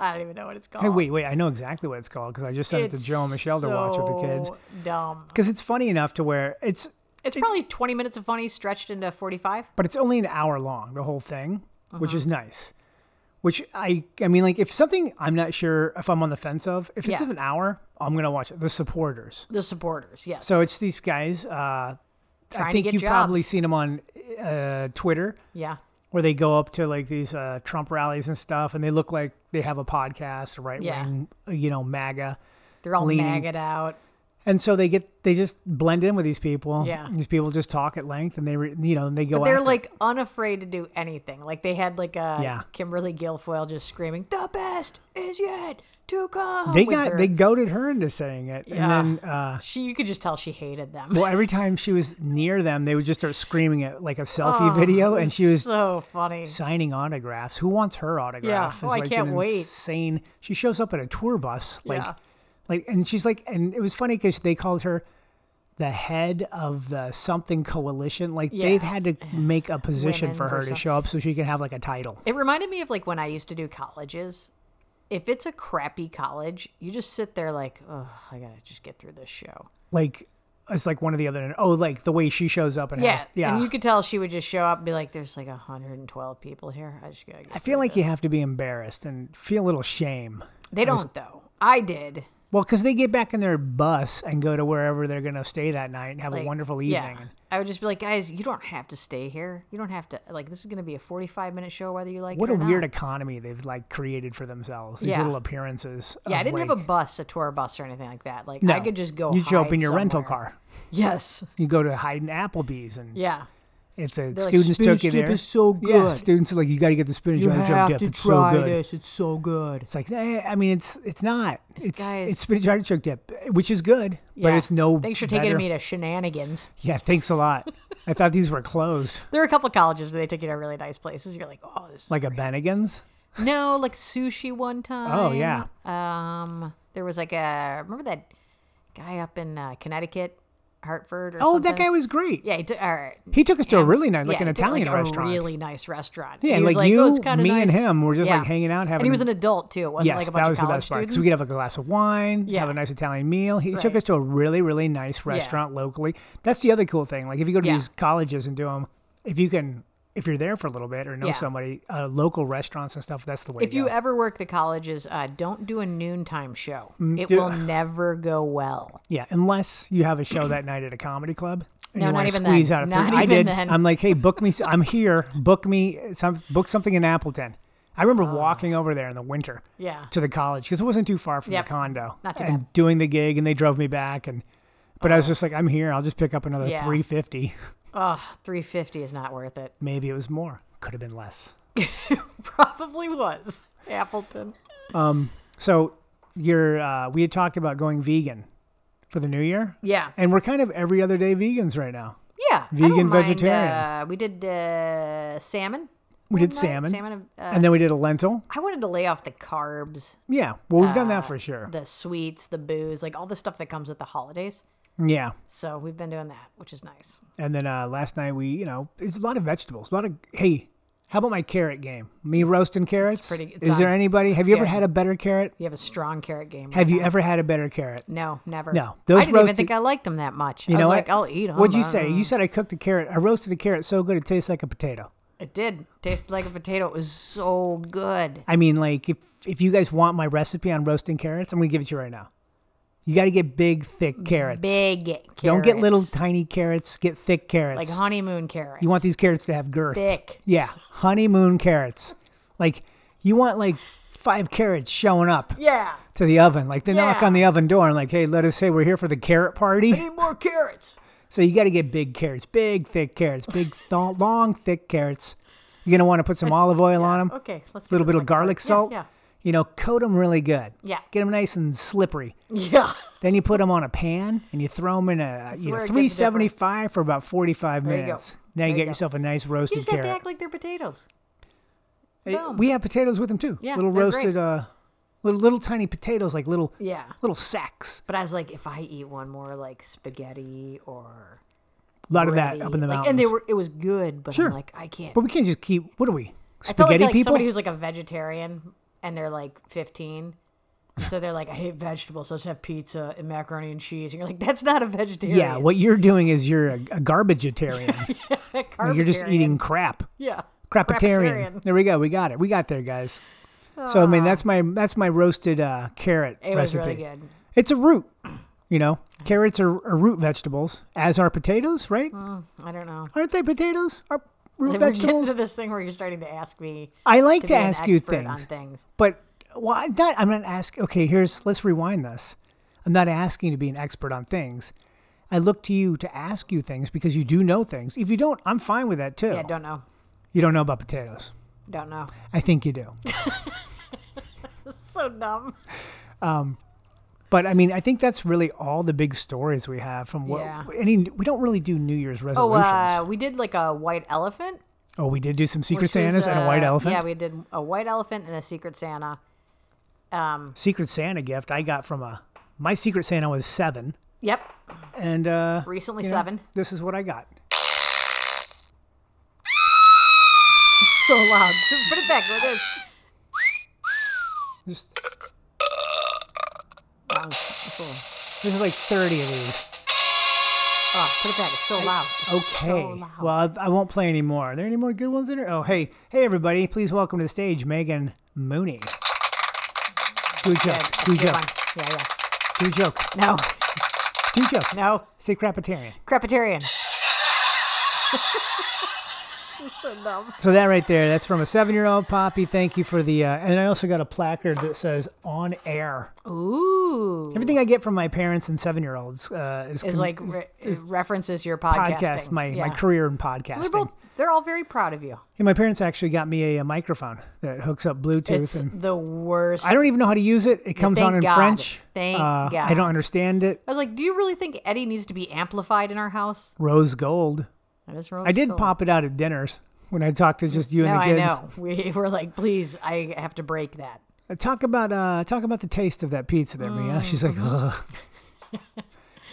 B: I don't even know what it's called.
A: Hey, wait, wait, I know exactly what it's called because I just sent it to Joe and Michelle to watch with the kids
B: so Dumb.
A: because it's funny enough to where it's,
B: It's probably twenty minutes of funny stretched into forty-five.
A: but it's only an hour long the whole thing, which
B: Uh-huh.
A: is nice. Which I, I mean, like if something I'm not sure if I'm on the fence of, if it's
B: Yeah.
A: of an hour, I'm gonna watch it. The Supporters.
B: The supporters, yes.
A: So it's these guys. Uh, I
B: to
A: think
B: get
A: you've probably
B: jobs.
A: seen them on uh, Twitter
B: yeah,
A: where they go up to like these uh, Trump rallies and stuff, and they look like they have a podcast, right wing, you know, MAGA.
B: they're all
A: leaning-
B: maggot out.
A: And so they get they just blend in with these people.
B: Yeah.
A: these people just talk at length, and they re, you know and they go.
B: They're
A: after-
B: like unafraid to do anything. Like they had like a
A: Yeah.
B: Kimberly Guilfoyle just screaming, "The best is yet to come."
A: they
B: with
A: got
B: her-
A: they goaded her into saying it,
B: Yeah.
A: and then uh,
B: She, you could just tell she hated them.
A: well every time she was near them, they would just start screaming at like a selfie video, and she was
B: Oh, so funny.
A: signing autographs. Who wants her autograph?
B: Oh, I can't wait.
A: Insane. She shows up at a tour bus, like,
B: Yeah.
A: like, and she's like, and it was funny because they called her the head of the something coalition. Like they've
B: Yeah. [sighs]
A: had to make a position
B: Women
A: for her
B: for
A: to
B: some-
A: show up so she can have like a title.
B: It reminded me of like when I used to do colleges. If it's a crappy college, you just sit there like, oh, I gotta just get through this show.
A: Like it's like one of the other. Oh, like the way she shows up and
B: Yeah,
A: has, yeah.
B: And you could tell she would just show up and be like, "There's like 112 people here. I just gotta." Get
A: I feel like you have to be embarrassed and feel a little shame.
B: they don't though. I did.
A: Well, because they get back in their bus and go to wherever they're going to stay that night and have a
B: Like,
A: wonderful
B: Yeah.
A: evening.
B: I would just be like, guys, you don't have to stay here. You don't have to. Like, this is gonna be a 45 minute show, whether you like
A: What
B: it
A: a
B: or not.
A: weird economy they've like created for themselves. These
B: Yeah.
A: little appearances.
B: Yeah, I
A: of,
B: didn't have
A: like-
B: a bus, a tour bus, or anything like that. Like, I
A: No.
B: could just go.
A: You show up in
B: hide
A: your rental
B: somewhere.
A: car.
B: Yes.
A: You go to hide in Applebee's, and
B: Yeah.
A: if the
B: They're like,
A: students
B: "Spinach
A: took you
B: dip
A: there,
B: is so
A: Yeah,
B: good.
A: students are like, you got to get the spinach. on artichoke dip. it's so good.
B: It's so good.
A: It's like, eh, I mean, it's it's not. It's
B: guys-
A: it's spinach artichoke dip, which is good, but it's no.
B: Thanks for
A: better.
B: taking me to shenanigans.
A: Yeah, thanks a
B: [laughs]
A: lot. I thought these were closed,
B: There are a couple of colleges where they take you to really nice places. You're like, oh, this. Is
A: like a Bennigan's.
B: No, like sushi one time.
A: Oh, yeah.
B: Um, there was like a remember that guy up in uh, Connecticut, Hartford. Or
A: Oh,
B: something?
A: that guy was great.
B: Yeah, he took. Or,
A: He took us to a
B: Ham's-
A: really nice, like
B: yeah,
A: an
B: he took,
A: Italian
B: like, a
A: restaurant.
B: really nice restaurant.
A: Yeah,
B: He was
A: like, you,
B: "Oh, it's kinda
A: me, and
B: nice."
A: him were just
B: Yeah.
A: like hanging out, having.
B: And he was an adult too. It wasn't
A: yes,
B: like a bunch
A: that was
B: of
A: the
B: college
A: best part because
B: students.
A: we could have like a glass of wine,
B: Yeah.
A: have a nice Italian meal. He took
B: Right.
A: us to a really, really nice restaurant locally. That's the other cool thing. Like if you go to
B: Yeah.
A: these colleges and do them, if you can, if you're there for a little bit or know
B: Yeah.
A: somebody, uh, local restaurants and stuff. That's the way.
B: if
A: to
B: you
A: go.
B: ever work the colleges, uh, don't do a noontime show. It
A: Mm, do-
B: will never go well.
A: Yeah, unless you have a show that night at a comedy club. and
B: No,
A: you
B: not
A: wanna
B: even
A: squeeze
B: then.
A: Out a
B: Not
A: free- I
B: even
A: did.
B: then.
A: I'm like, hey, book me. s- I'm here. Book me. Some book something in Appleton. I remember walking over there in the winter
B: Yeah.
A: to the college because it wasn't too far from
B: Yep.
A: the condo.
B: Not too
A: and
B: bad. Oh.
A: doing the gig, and they drove me back. And but I was just like, I'm here. I'll just pick up another
B: Yeah.
A: 350.
B: Oh, 350 is not worth it.
A: Maybe it was more. Could have been less.
B: [laughs] Probably was Appleton.
A: Um, So you're. Uh, we had talked about going vegan for the new year,
B: Yeah.
A: and we're kind of every other day vegans right now.
B: Yeah. I
A: Vegan,
B: don't mind,
A: vegetarian.
B: uh, we did uh, salmon.
A: We did
B: one night.
A: salmon.
B: Salmon. Uh,
A: And then we did a lentil.
B: I wanted to lay off the carbs,
A: Yeah. Well, we've
B: Uh,
A: done that for sure.
B: the sweets, the booze, like all the stuff that comes with the holidays.
A: Yeah.
B: So we've been doing that, which is nice.
A: And then uh, last night we, you know, it's a lot of vegetables. A lot of hey, how about my carrot game? Me roasting carrots.
B: pretty- it's
A: Is there
B: on.
A: anybody? Have you ever
B: good.
A: had a better carrot?
B: You have a strong carrot game.
A: Have you ever had a better carrot?
B: No, never.
A: No,
B: Mm-hmm. I
A: those
B: didn't even
A: roasted-
B: think I liked them that much.
A: You
B: I was
A: know
B: like,
A: what?
B: I'll eat them.
A: What'd you say? You said I cooked a carrot. I roasted a carrot so good it tastes like a potato.
B: It did. Tasted like a potato. It was so good.
A: I mean, like if if you guys want my recipe on roasting carrots, I'm gonna give it to you right now. You got to get big, thick carrots.
B: Big carrots.
A: Don't get little tiny carrots. Get thick
B: like
A: carrots.
B: honeymoon carrots.
A: you want these carrots to have girth.
B: thick.
A: Yeah, honeymoon carrots. Like you want like five carrots showing up
B: Yeah.
A: to the oven. Like they knock
B: Yeah.
A: on the oven door and like, hey, let us say we're here for the carrot party.
B: Need more carrots.
A: So you got to get big carrots, big thick carrots, big th- long thick carrots. You're gonna want to put some olive oil [laughs] on 'em. on them.
B: Okay, let's.
A: A little bit
B: get this
A: of
B: like-
A: garlic
B: yeah,
A: salt.
B: Yeah.
A: You know, coat them really good.
B: Yeah. [laughs]
A: Get them nice and slippery.
B: Yeah.
A: Then you put them on a pan and you throw them in a you know
B: where it gets
A: 375 for about 45
B: There you go.
A: minutes. Now you
B: There you
A: got
B: go.
A: yourself a nice
B: You
A: roasted
B: just have
A: carrot.
B: to act like they're potatoes.
A: Hey,
B: Boom.
A: We have potatoes with them too.
B: Yeah,
A: little
B: they're
A: roasted,
B: great.
A: uh, little little tiny potatoes, like little
B: Yeah.
A: little sacks.
B: But I was like, if I eat one more like spaghetti or
A: A lot of
B: bready-
A: that up in the
B: like,
A: mountains.
B: and they were it was good, but
A: Sure.
B: I'm like, I can't.
A: but we can't just keep. What are we?
B: I felt like,
A: Spaghetti
B: like
A: people.
B: somebody who's like a vegetarian and they're like 15. So they're like, I hate vegetables. So let's have pizza and macaroni and cheese. And you're like, that's not a vegetarian.
A: yeah,
B: [laughs]
A: what you're doing is you're a, a garbageitarian.
B: Carbitarian.
A: you're just eating crap.
B: Yeah.
A: Crapitarian. There we go. We got it. We got there, guys. So I mean, that's my that's my roasted uh, carrot
B: It was
A: recipe.
B: really good.
A: It's a root. You know, carrots are, are root vegetables, as are potatoes, right?
B: Mm, I don't know.
A: Aren't they potatoes? Are root
B: Like, We're getting
A: vegetables?
B: to [laughs] this thing where you're starting to ask me
A: I like to,
B: be an
A: ask you
B: expert
A: things.
B: on things.
A: But well, I'm not, I'm not asking. Okay, here's let's rewind this. I'm not asking you to be an expert on things. I look to you to ask you things because you do know things. If you don't, I'm fine with that too.
B: Yeah, don't know.
A: you don't know about potatoes.
B: Don't know.
A: I think you do.
B: So dumb.
A: Um, But I mean, I think that's really all the big stories we have from what
B: Yeah.
A: any. We don't really do New Year's
B: Oh,
A: resolutions.
B: uh, we did like a white elephant.
A: oh, we did do some Secret
B: which was,
A: Santas and a white
B: uh,
A: elephant.
B: Yeah, we did a white elephant and a secret Santa. Um,
A: Secret Santa gift I got from a my Secret Santa was seven.
B: Yep.
A: And uh,
B: Recently
A: you know,
B: seven.
A: This is what I got.
B: It's so loud. So put it back. Let it-
A: Just,
B: That was, that's a little,
A: there's like 30 of these.
B: oh, put it back. It's so loud. It's
A: Okay.
B: So loud.
A: well, I I won't play anymore. Are there any more good ones in there? Oh, hey, hey, everybody! Please welcome to the stage Megan Mooney. Good joke.
B: Good.
A: Good
B: That's a good
A: joke.
B: one. Yeah, yeah.
A: Good joke.
B: No,
A: Good joke.
B: no.
A: Say crapitarian.
B: Crepitarian. [laughs] it's so dumb.
A: So that right there, that's from a seven-year-old Poppy. Thank you for the. Uh, and I also got a placard that says "On Air."
B: Ooh.
A: Everything I get from my parents and seven-year-olds uh, is,
B: is
A: con-
B: like re- references your podcasting.
A: podcast. My my
B: Yeah.
A: career in podcasting.
B: They're both. They're all very proud of you.
A: And my parents actually got me a, a microphone that hooks up Bluetooth.
B: It's
A: and
B: the worst.
A: I don't even know how to use it. It comes
B: thank
A: on in
B: God.
A: French.
B: Thank
A: uh, I
B: God.
A: don't understand it.
B: I was like, do you really think Eddie needs to be amplified in our house?
A: Rose gold.
B: That is really
A: I did
B: cool.
A: pop it out at dinners when I talked to just you
B: No,
A: and the
B: I
A: kids.
B: know. [laughs] We were like, please, I have to break that.
A: Uh, Talk about uh, talk about the taste of that pizza there, Mia. She's like, ugh.
B: Mm.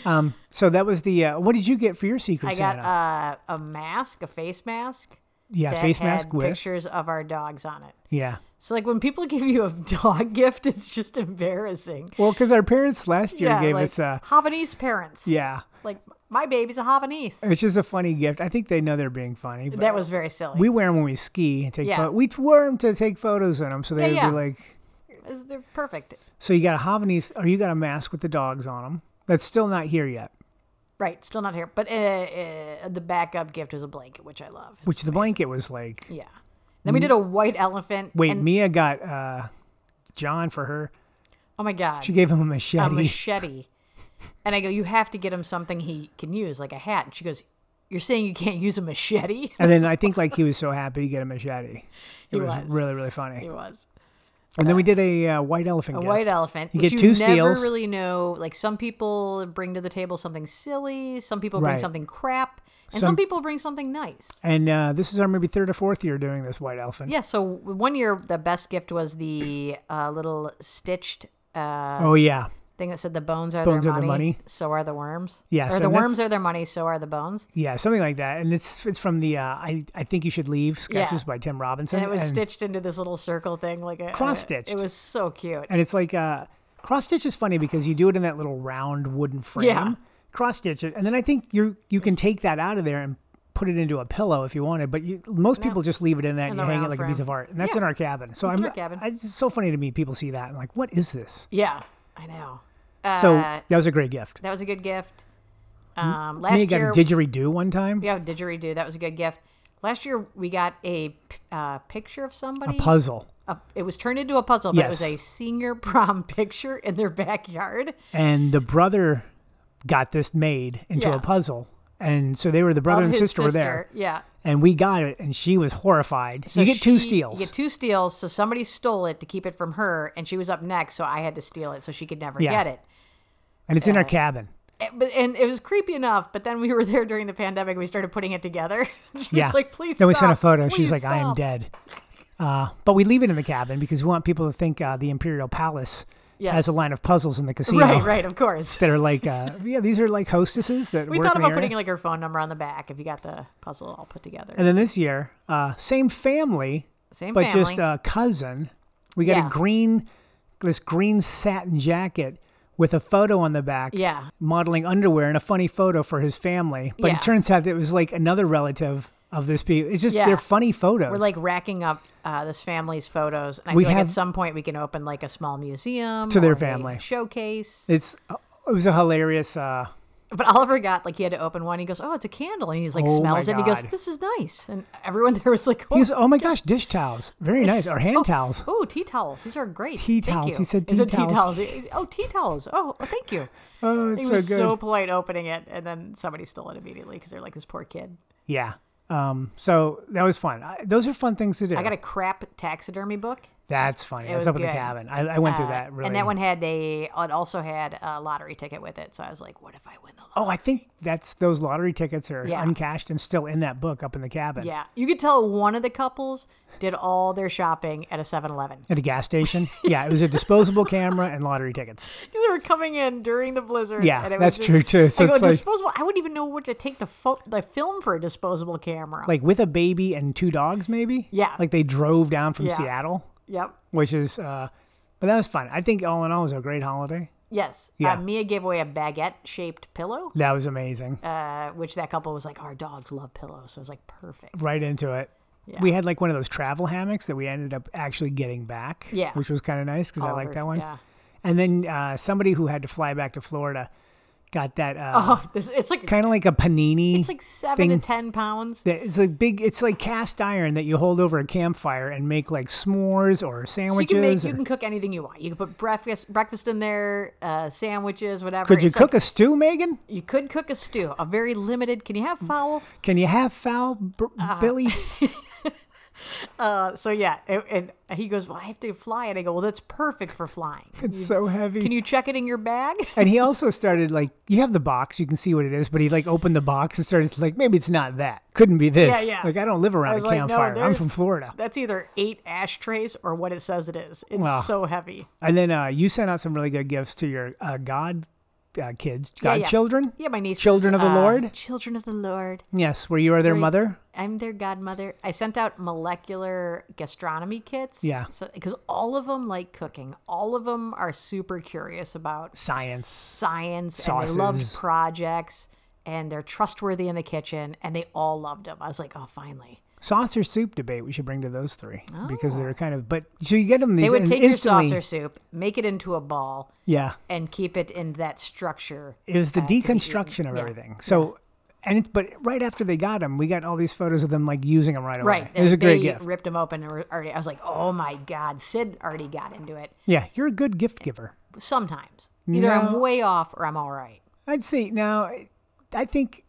A: um. So that was the. Uh, what did you get for your secret
B: I got
A: Santa?
B: uh, a mask, a face mask.
A: yeah,
B: that
A: face mask
B: had
A: with.
B: pictures of our dogs on it.
A: Yeah.
B: So like when people [laughs] give you a dog [laughs] gift, it's just embarrassing.
A: Well, because our parents last year
B: yeah,
A: gave
B: like
A: us. Uh,
B: Havanese parents.
A: yeah.
B: Like my baby's a Havanese.
A: It's just a funny gift. I think they know they're being funny. But
B: That was very silly.
A: we wear them when we ski and take.
B: Yeah.
A: photo- we wear them to take photos in them, so they
B: Yeah,
A: would
B: yeah.
A: be like.
B: It's- They're perfect.
A: So you got a Havanese, or you got a mask with the dogs on them. That's still not here yet.
B: Right, still not here. But uh, uh, the backup gift was a blanket, which I love.
A: Which the blanket was like.
B: Yeah. Then we did a white elephant.
A: Wait,
B: and-
A: Mia got uh, John for her.
B: oh my god,
A: She gave him a
B: a
A: machete.
B: machete. and I go, you have to get him something he can use, like a hat. And she goes, you're saying you can't use a machete? [laughs]
A: and then I think like he was so happy to get a machete. It
B: He
A: was,
B: was.
A: really really
B: He
A: funny.
B: was
A: And then we did a uh, white elephant.
B: a
A: gift.
B: white elephant.
A: You
B: which
A: get two
B: you Never
A: steals.
B: really know. Like some people bring to the table something silly. Some people bring
A: Right.
B: something crap, and
A: Some-
B: some people bring something nice.
A: And uh, this is our maybe third or fourth year doing this white elephant.
B: Yeah, so one year the best gift was the uh, little stitched uh,
A: Oh yeah,
B: thing that said the bones are
A: Bones
B: their
A: are the
B: money,
A: money.
B: So are the worms.
A: Yeah,
B: or
A: so
B: the
A: that's-
B: worms are their money. So are the bones.
A: yeah, something like that. And it's it's from the uh, I I think you should leave sketches
B: Yeah.
A: by Tim Robinson.
B: And it was stitched into this little circle thing, like a
A: Cross-stitched.
B: It was so cute.
A: and it's like uh, cross stitch is funny because you do it in that little round wooden frame.
B: Yeah.
A: Cross stitch it, and then I think you you can take that out of there and put it into a pillow if you wanted. But you, most people just leave it in that
B: In
A: and
B: the
A: you hang it
B: round
A: like a piece
B: frame.
A: of art, and that's
B: Yeah.
A: in our cabin. So
B: It's
A: I'm
B: in our cabin.
A: I, it's so funny to me. People see that and like, what is this?
B: Yeah, I know. Uh,
A: So that was a great gift.
B: that was a good gift. Um, last
A: Me got
B: year, oh,
A: a didgeridoo one time,
B: yeah, didgeridoo. That was a good gift. Last year we got a p- uh, picture of somebody.
A: puzzle,
B: A- it was turned into a puzzle, but it was
A: Yes.
B: a senior prom [laughs] picture in their backyard.
A: and the brother got this made into
B: Yeah.
A: a puzzle, and so they were the brother
B: Of
A: and
B: his
A: sister, were there,
B: Yeah.
A: and we got it, and she was horrified.
B: So
A: you get two
B: she-
A: steals.
B: You get two steals. So somebody stole it to keep it from her, and she was up next, so I had to steal it so she could never
A: Yeah.
B: get it.
A: and it's in our cabin.
B: And- Eh, But and it was creepy enough. But then we were there during the pandemic. We started putting it together. [laughs] She's
A: yeah.
B: like, please.
A: Then we sent a
B: stop.
A: photo. She's
B: Please
A: like, I am
B: stop."
A: dead. Uh, but we leave it in the cabin because we want people to think uh, the Imperial Palace has
B: Yes.
A: a line of puzzles in the casino
B: Right, right. Of course.
A: that are like, uh, yeah, these are like hostesses that
B: We
A: work
B: thought
A: in the
B: about
A: area.
B: putting like her phone number on the back if you got the puzzle all put together.
A: and then this year, uh, same family,
B: Same
A: but
B: family.
A: just uh, cousin. We got a
B: Yeah.
A: green, this green satin jacket with a photo on the back.
B: yeah.
A: Modeling underwear and a funny photo for his family, but
B: Yeah.
A: it turns out it was like another relative of this. Pe- it's just
B: Yeah.
A: they're funny photos.
B: We're like racking up uh, this family's photos, and I
A: We
B: feel like
A: have-
B: at some point we can open like a small museum
A: To their
B: or a
A: family.
B: showcase.
A: It's uh, it was a hilarious. Uh,
B: But Oliver got like he had to open one. He goes, "Oh, it's a candle," and he's like
A: Oh,
B: smells
A: my
B: it. and He goes,
A: God.
B: "This is nice." And everyone [laughs] there was like, "Oh,
A: he was, oh my gosh, dish towels, very nice, or hand towels.
B: [laughs] oh, tea towels. These are great.
A: Tea
B: Thank
A: towels.
B: you."
A: He said
B: Is
A: tea
B: it
A: towels.
B: tea towels. He- Oh, tea towels. Oh, well,
A: [laughs]
B: thank you.
A: Oh, it's
B: He
A: so good.
B: was so polite opening it, and then somebody stole it immediately because they're like, "This poor kid."
A: yeah. Um. So that was fun. I, those are fun things to do.
B: I got a crap taxidermy book.
A: That's funny. That's
B: was
A: up in the
B: good. Uh,
A: cabin. I, I went through that really.
B: And that one had a, it also had a lottery ticket with it. So I was like, what if I win the lottery?
A: Oh, I think that's those lottery tickets are
B: Yeah.
A: uncashed and still in that book up in the cabin
B: Yeah. You could tell one of the couples did all their shopping at a 7 Eleven. [laughs]
A: at a gas station. yeah, it was a disposable camera and lottery tickets.
B: They were coming in during the blizzard.
A: Yeah,
B: and it
A: that's
B: was just- oh,
A: true, too. So
B: I go,
A: it's like-
B: disposable. I wouldn't even know where to take the fo- the film for a disposable camera.
A: Like with a baby and two dogs, maybe.
B: Yeah.
A: Like they drove down from
B: Yeah.
A: Seattle,
B: yep.
A: which is, uh, but that was fun. I think all in all, it was a great holiday.
B: Yes.
A: Yeah.
B: Uh, Mia gave away a baguette shaped pillow,
A: That was amazing.
B: uh, which that couple was like, our dogs love pillows. So I was like, perfect.
A: right into it. We had like one of those travel hammocks that we ended up actually getting back.
B: Yeah.
A: Which was kind of nice because I like
B: Oliver-
A: that one.
B: Yeah.
A: And then uh, somebody who had to fly back to Florida got that uh,
B: Oh, this, it's like
A: kind of like a panini.
B: it's like seven
A: thing.
B: to ten pounds.
A: that it's like big. It's like cast iron that you hold over a campfire and make like s'mores or
B: So you can make
A: sandwiches.
B: you
A: or-
B: can cook anything you want. You can put breakfast breakfast in there, uh, sandwiches, whatever.
A: could you
B: It's
A: cook a stew, Megan?
B: Like, you could cook a stew, a very limited. Can you have fowl?
A: Can you have foul, br-
B: [laughs]
A: Billy?
B: Uh, so yeah, and, and he goes, "Well, I have to fly," and I go, "Well, that's perfect for flying.
A: [laughs] It's so heavy.
B: Can you check it in your bag?" [laughs]
A: and he also started like you have the box, you can see what it is, but he like opened the box and started like maybe it's not that. Couldn't be this.
B: Yeah, yeah.
A: Like I don't live
B: I
A: around a
B: was like, no,
A: campfire. I'm
B: there's-
A: from Florida.
B: That's either eight ashtrays or what it says it is. It's
A: Wow.
B: so heavy.
A: And then uh, you sent out some really good gifts to your uh, god uh, kids,
B: Yeah, yeah.
A: godchildren.
B: Yeah, my niece.
A: Children of the Lord?
B: Children of the Lord.
A: Yes, where you are their
B: Right.
A: mother.
B: I'm their godmother. I sent out molecular gastronomy kits.
A: Yeah.
B: So because all of them like cooking, all of them are super curious about
A: Science.
B: science and they loved
A: Sauces.
B: projects and they're trustworthy in the kitchen and they all loved them. I was like, oh, finally.
A: Saucer soup debate we should bring to those three because they're kind of but so you get them these
B: Oh. They would
A: and
B: take your
A: instantly
B: saucer soup, make it into a ball,
A: yeah
B: and keep it in that structure.
A: it was the
B: uh, to be eaten.
A: deconstruction of
B: Yeah.
A: everything so and it's but right after they got them we got all these photos of them like using them right away
B: Right.
A: it was a
B: they
A: great gift
B: Ripped them open and were already. I was like, oh my god, Sid already got into it.
A: yeah you're a good gift giver
B: Sometimes either
A: No.
B: I'm way off or I'm all right.
A: I'd say now I think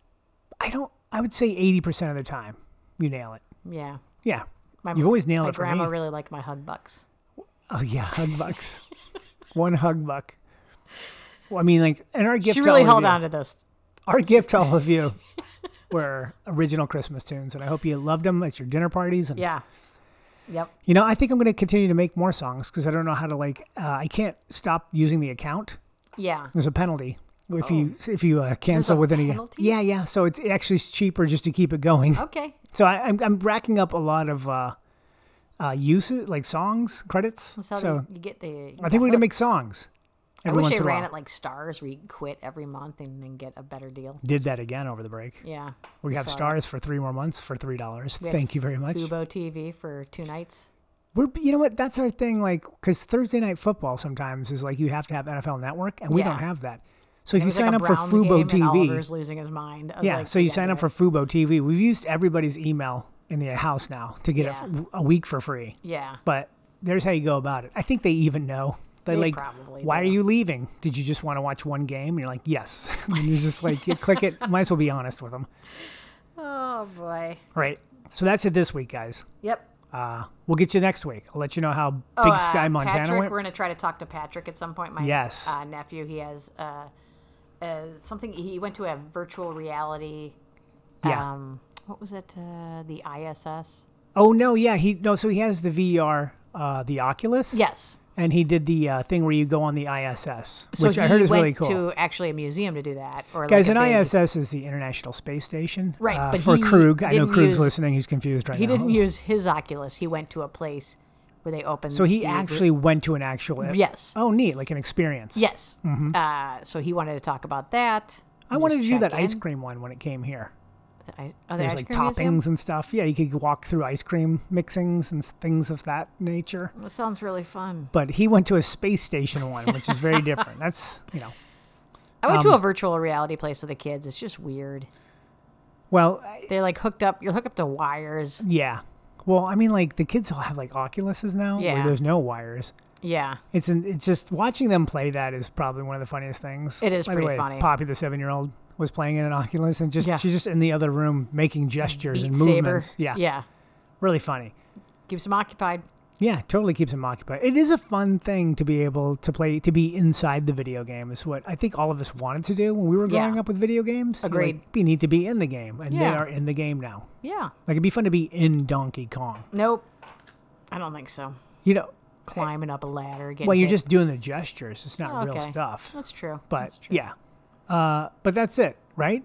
A: I don't I would say eighty percent of the time you nail it
B: Yeah.
A: yeah
B: My-
A: you've always nailed
B: My
A: it Oh, for
B: grandma
A: me
B: really liked my hug bucks.
A: Oh yeah, hug bucks. [laughs] One hug buck. Well, I mean, like, and our gift.
B: She
A: to
B: really
A: all of
B: held
A: you-
B: on to those.
A: Our gift to all of you [laughs] were original Christmas tunes, and I hope you loved them at your dinner parties. And
B: Yeah. Yep.
A: you know, I think I'm going to continue to make more songs because I don't know how to like. Uh, I can't stop using the account.
B: Yeah.
A: There's a penalty if you if you uh, cancel
B: Oh. a
A: within a year.
B: penalty? Oh.
A: Yeah, yeah. So it's actually cheaper just to keep it going.
B: Okay.
A: So I, I'm I'm racking up a lot of uh, uh, uses like songs credits.
B: That's how
A: So
B: you, you get the. you
A: I
B: get
A: think we're going to
B: hooked.
A: make songs.
B: I
A: Every
B: wish
A: once
B: they
A: in a
B: ran
A: while.
B: it like stars, where you quit every month and then get a better deal.
A: did that again over the break.
B: Yeah.
A: We have
B: Sorry.
A: stars for three more months for three dollars.
B: have
A: Thank you very much.
B: Fubo TV for two nights.
A: We're you know what that's our thing. Like because Thursday night football sometimes is like you have to have NFL Network and we
B: Yeah.
A: don't have that. So if
B: It
A: you
B: was like
A: sign
B: a
A: up for
B: Browns
A: Fubo
B: game and
A: TV,
B: Oliver's losing his mind. I was
A: yeah.
B: like,
A: so
B: we
A: you
B: gotta
A: sign
B: do
A: up
B: it.
A: for Fubo TV. We've used everybody's email in the house now to get it
B: Yeah.
A: f- a week for free.
B: Yeah.
A: But there's how you go about it. I think they even know. They
B: They
A: like,
B: probably
A: why
B: do.
A: are you leaving? Did you just want to watch one game? And you're like, yes. [laughs] and you're just like, you click it. [laughs] Might as well be honest with them.
B: Oh boy.
A: Right. So that's it this week, guys.
B: Yep.
A: Uh, we'll get you next week. I'll let you know how Big
B: Oh, uh,
A: Sky Montana
B: Patrick,
A: went.
B: We're going to try to talk to Patrick at some point. My
A: Yes.
B: uh, nephew, he has uh, uh, something. He went to a virtual reality.
A: Yeah.
B: Um, what was it? Uh, the ISS.
A: Oh no, yeah, he no. So he has the VR, uh, the Oculus.
B: Yes.
A: And he did the uh, thing where you go on the ISS,
B: So
A: which I
B: he
A: heard is
B: went
A: really cool.
B: To actually a museum to do that, or
A: Guys,
B: like a big-
A: an ISS is the International Space Station.
B: Right,
A: uh,
B: but
A: for
B: he
A: Krug, I know
B: didn't
A: Krug's
B: use-
A: listening. He's confused right
B: He
A: now.
B: didn't use his Oculus. He went to a place where they opened.
A: so he
B: the-
A: actually went to an actual.
B: Yes.
A: Oh, neat, like an experience.
B: Yes. Uh, so he wanted to talk about that.
A: I wanted to do that ice cream one when it came here.
B: The ice, oh, the
A: There's
B: ice
A: like
B: cream
A: toppings
B: museum?
A: and stuff. Yeah, you could walk through ice cream mixings and s- things of that nature.
B: That sounds really fun.
A: but he went to a space station one, which is very
B: [laughs]
A: different. That's you know,
B: I went
A: Um,
B: to a virtual reality place with the kids. It's just weird.
A: well, I-
B: They like hooked up. You're hooked up to wires.
A: yeah, well, I mean, like the kids all have like Oculuses now, where
B: Yeah.
A: there's no wires.
B: Yeah,
A: It's an, it's just watching them play that is probably one of the funniest things.
B: It is
A: By the
B: pretty
A: way,
B: funny.
A: Poppy, the seven year old, was playing in an Oculus and just
B: Yeah.
A: she's just in the other room making gestures
B: Beat
A: and
B: Saber.
A: movements. Yeah,
B: yeah,
A: really funny.
B: keeps them occupied.
A: Yeah, totally keeps him occupied. It is a fun thing to be able to play, to be inside the video game, is what I think all of us wanted to do when we were
B: Yeah.
A: growing up with video games. You're
B: Agreed.
A: Like, we need to be in the game, and they
B: Yeah.
A: are in the game now.
B: Yeah.
A: Like, it'd be fun to be in Donkey Kong.
B: Nope. I don't think so.
A: You know,
B: Climbing up a ladder. Getting
A: well, you're
B: hit.
A: just doing the gestures, it's not
B: Oh,
A: real
B: okay.
A: stuff.
B: That's true.
A: But yeah. Uh, but that's it, right?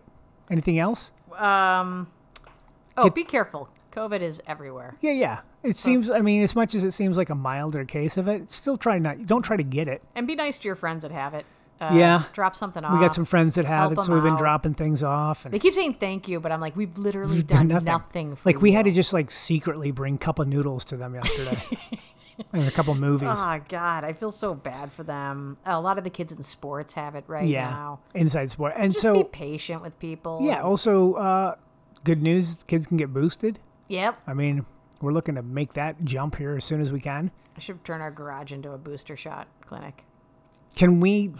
A: Anything else?
B: Um. Oh, be careful. COVID is everywhere.
A: Yeah, yeah. It seems. I mean, as much as it seems like a milder case of it, still try not. Don't try to get it.
B: And be nice to your friends that have it. Uh,
A: Yeah.
B: Drop something off.
A: We got some friends that have
B: Uh, help
A: it, so
B: them
A: we've been
B: out.
A: dropping things off. And
B: They keep saying thank you, but I'm like, we've literally
A: We've
B: done
A: done
B: nothing.
A: nothing.
B: for
A: like we had to
B: you.
A: just like secretly bring cup of noodles to them
B: [laughs]
A: yesterday, and a couple movies.
B: Oh God, I feel so bad for them. A lot of the kids in sports have it right
A: yeah,
B: now.
A: inside sport. And
B: Just be
A: so
B: patient with people.
A: yeah. Also, uh, good news: kids can get boosted.
B: Yep.
A: I mean, we're looking to make that jump here as soon as we can.
B: I should turn our garage into a booster shot clinic.
A: Can we?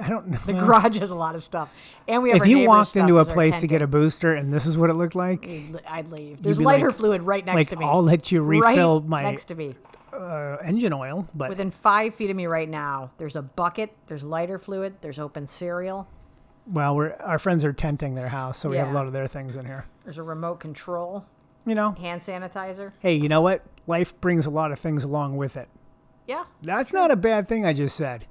A: I don't know.
B: The garage has a lot of stuff, and we have.
A: if
B: our
A: you
B: neighbor's
A: walked
B: stuff
A: into a
B: as our
A: place to
B: tent
A: get a booster and this is what it looked like,
B: in. I'd leave. There's
A: be
B: lighter
A: like-
B: fluid right next
A: like
B: to me.
A: I'll let you
B: Right
A: refill my
B: next to me.
A: uh, engine oil, but
B: Within five feet of me right now, there's a bucket. There's lighter fluid. There's open cereal.
A: well, we're our friends are tenting their house, so we have a
B: Yeah.
A: lot of their things in here.
B: There's a remote control.
A: You know,
B: Hand sanitizer.
A: hey, you know what? Life brings a lot of things along with it.
B: Yeah.
A: That's not a bad thing. I just said.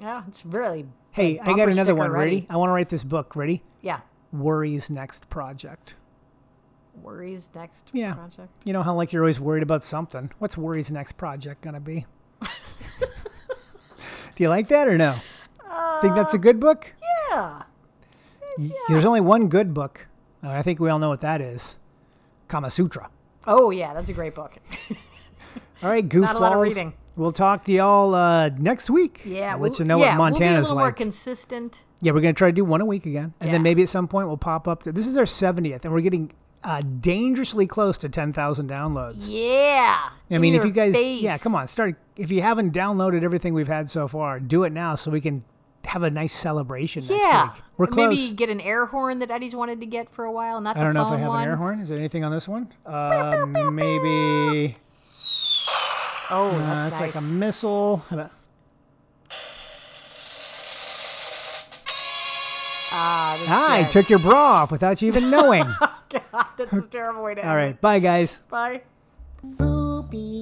B: Yeah. It's really.
A: Hey,
B: a
A: I got
B: bumper
A: another
B: sticker
A: one.
B: ready.
A: Ready? I want to write this book. Ready?
B: Yeah.
A: Worries next project.
B: Worries next
A: Yeah.
B: project.
A: You know how like you're always worried about something. What's Worries next project gonna
B: [laughs]
A: be? Do you like that or no? Think that's a
B: Uh,
A: good book?
B: Yeah.
A: Y- There's only one good book. and I think we all know what that is. Kama Sutra.
B: Oh yeah, that's a great book.
A: All right, goofballs.
B: Not a lot of reading.
A: We'll talk to y'all uh, next week.
B: Yeah,
A: I'll
B: we'll-
A: let you know
B: yeah,
A: what Montana's
B: we'll be a little more
A: like.
B: consistent.
A: yeah, we're gonna try to do one a week again, and
B: Yeah.
A: then maybe at some point we'll pop up. To, this is our 70th, and we're getting uh, dangerously close to 10,000 downloads.
B: Yeah.
A: I mean,
B: in
A: if
B: your
A: you guys,
B: face.
A: yeah, come on, start. If you haven't downloaded everything we've had so far, do it now so we can have a nice celebration
B: yeah,
A: next week. We're
B: And
A: close.
B: Maybe get an air horn that Eddie's wanted to get for a while. Not
A: I don't
B: the
A: know if
B: phone
A: I have
B: one.
A: an air horn. Is there anything on this one? Uh, maybe.
B: Oh,
A: Uh,
B: that's,
A: it's
B: nice.
A: like a missile. How about-
B: ah, that's
A: Ah, I
B: good.
A: took your bra off without you
B: [laughs]
A: even knowing.
B: God, that's a terrible way to end.
A: All
B: it.
A: right. Bye, guys.
B: Bye.
C: Booby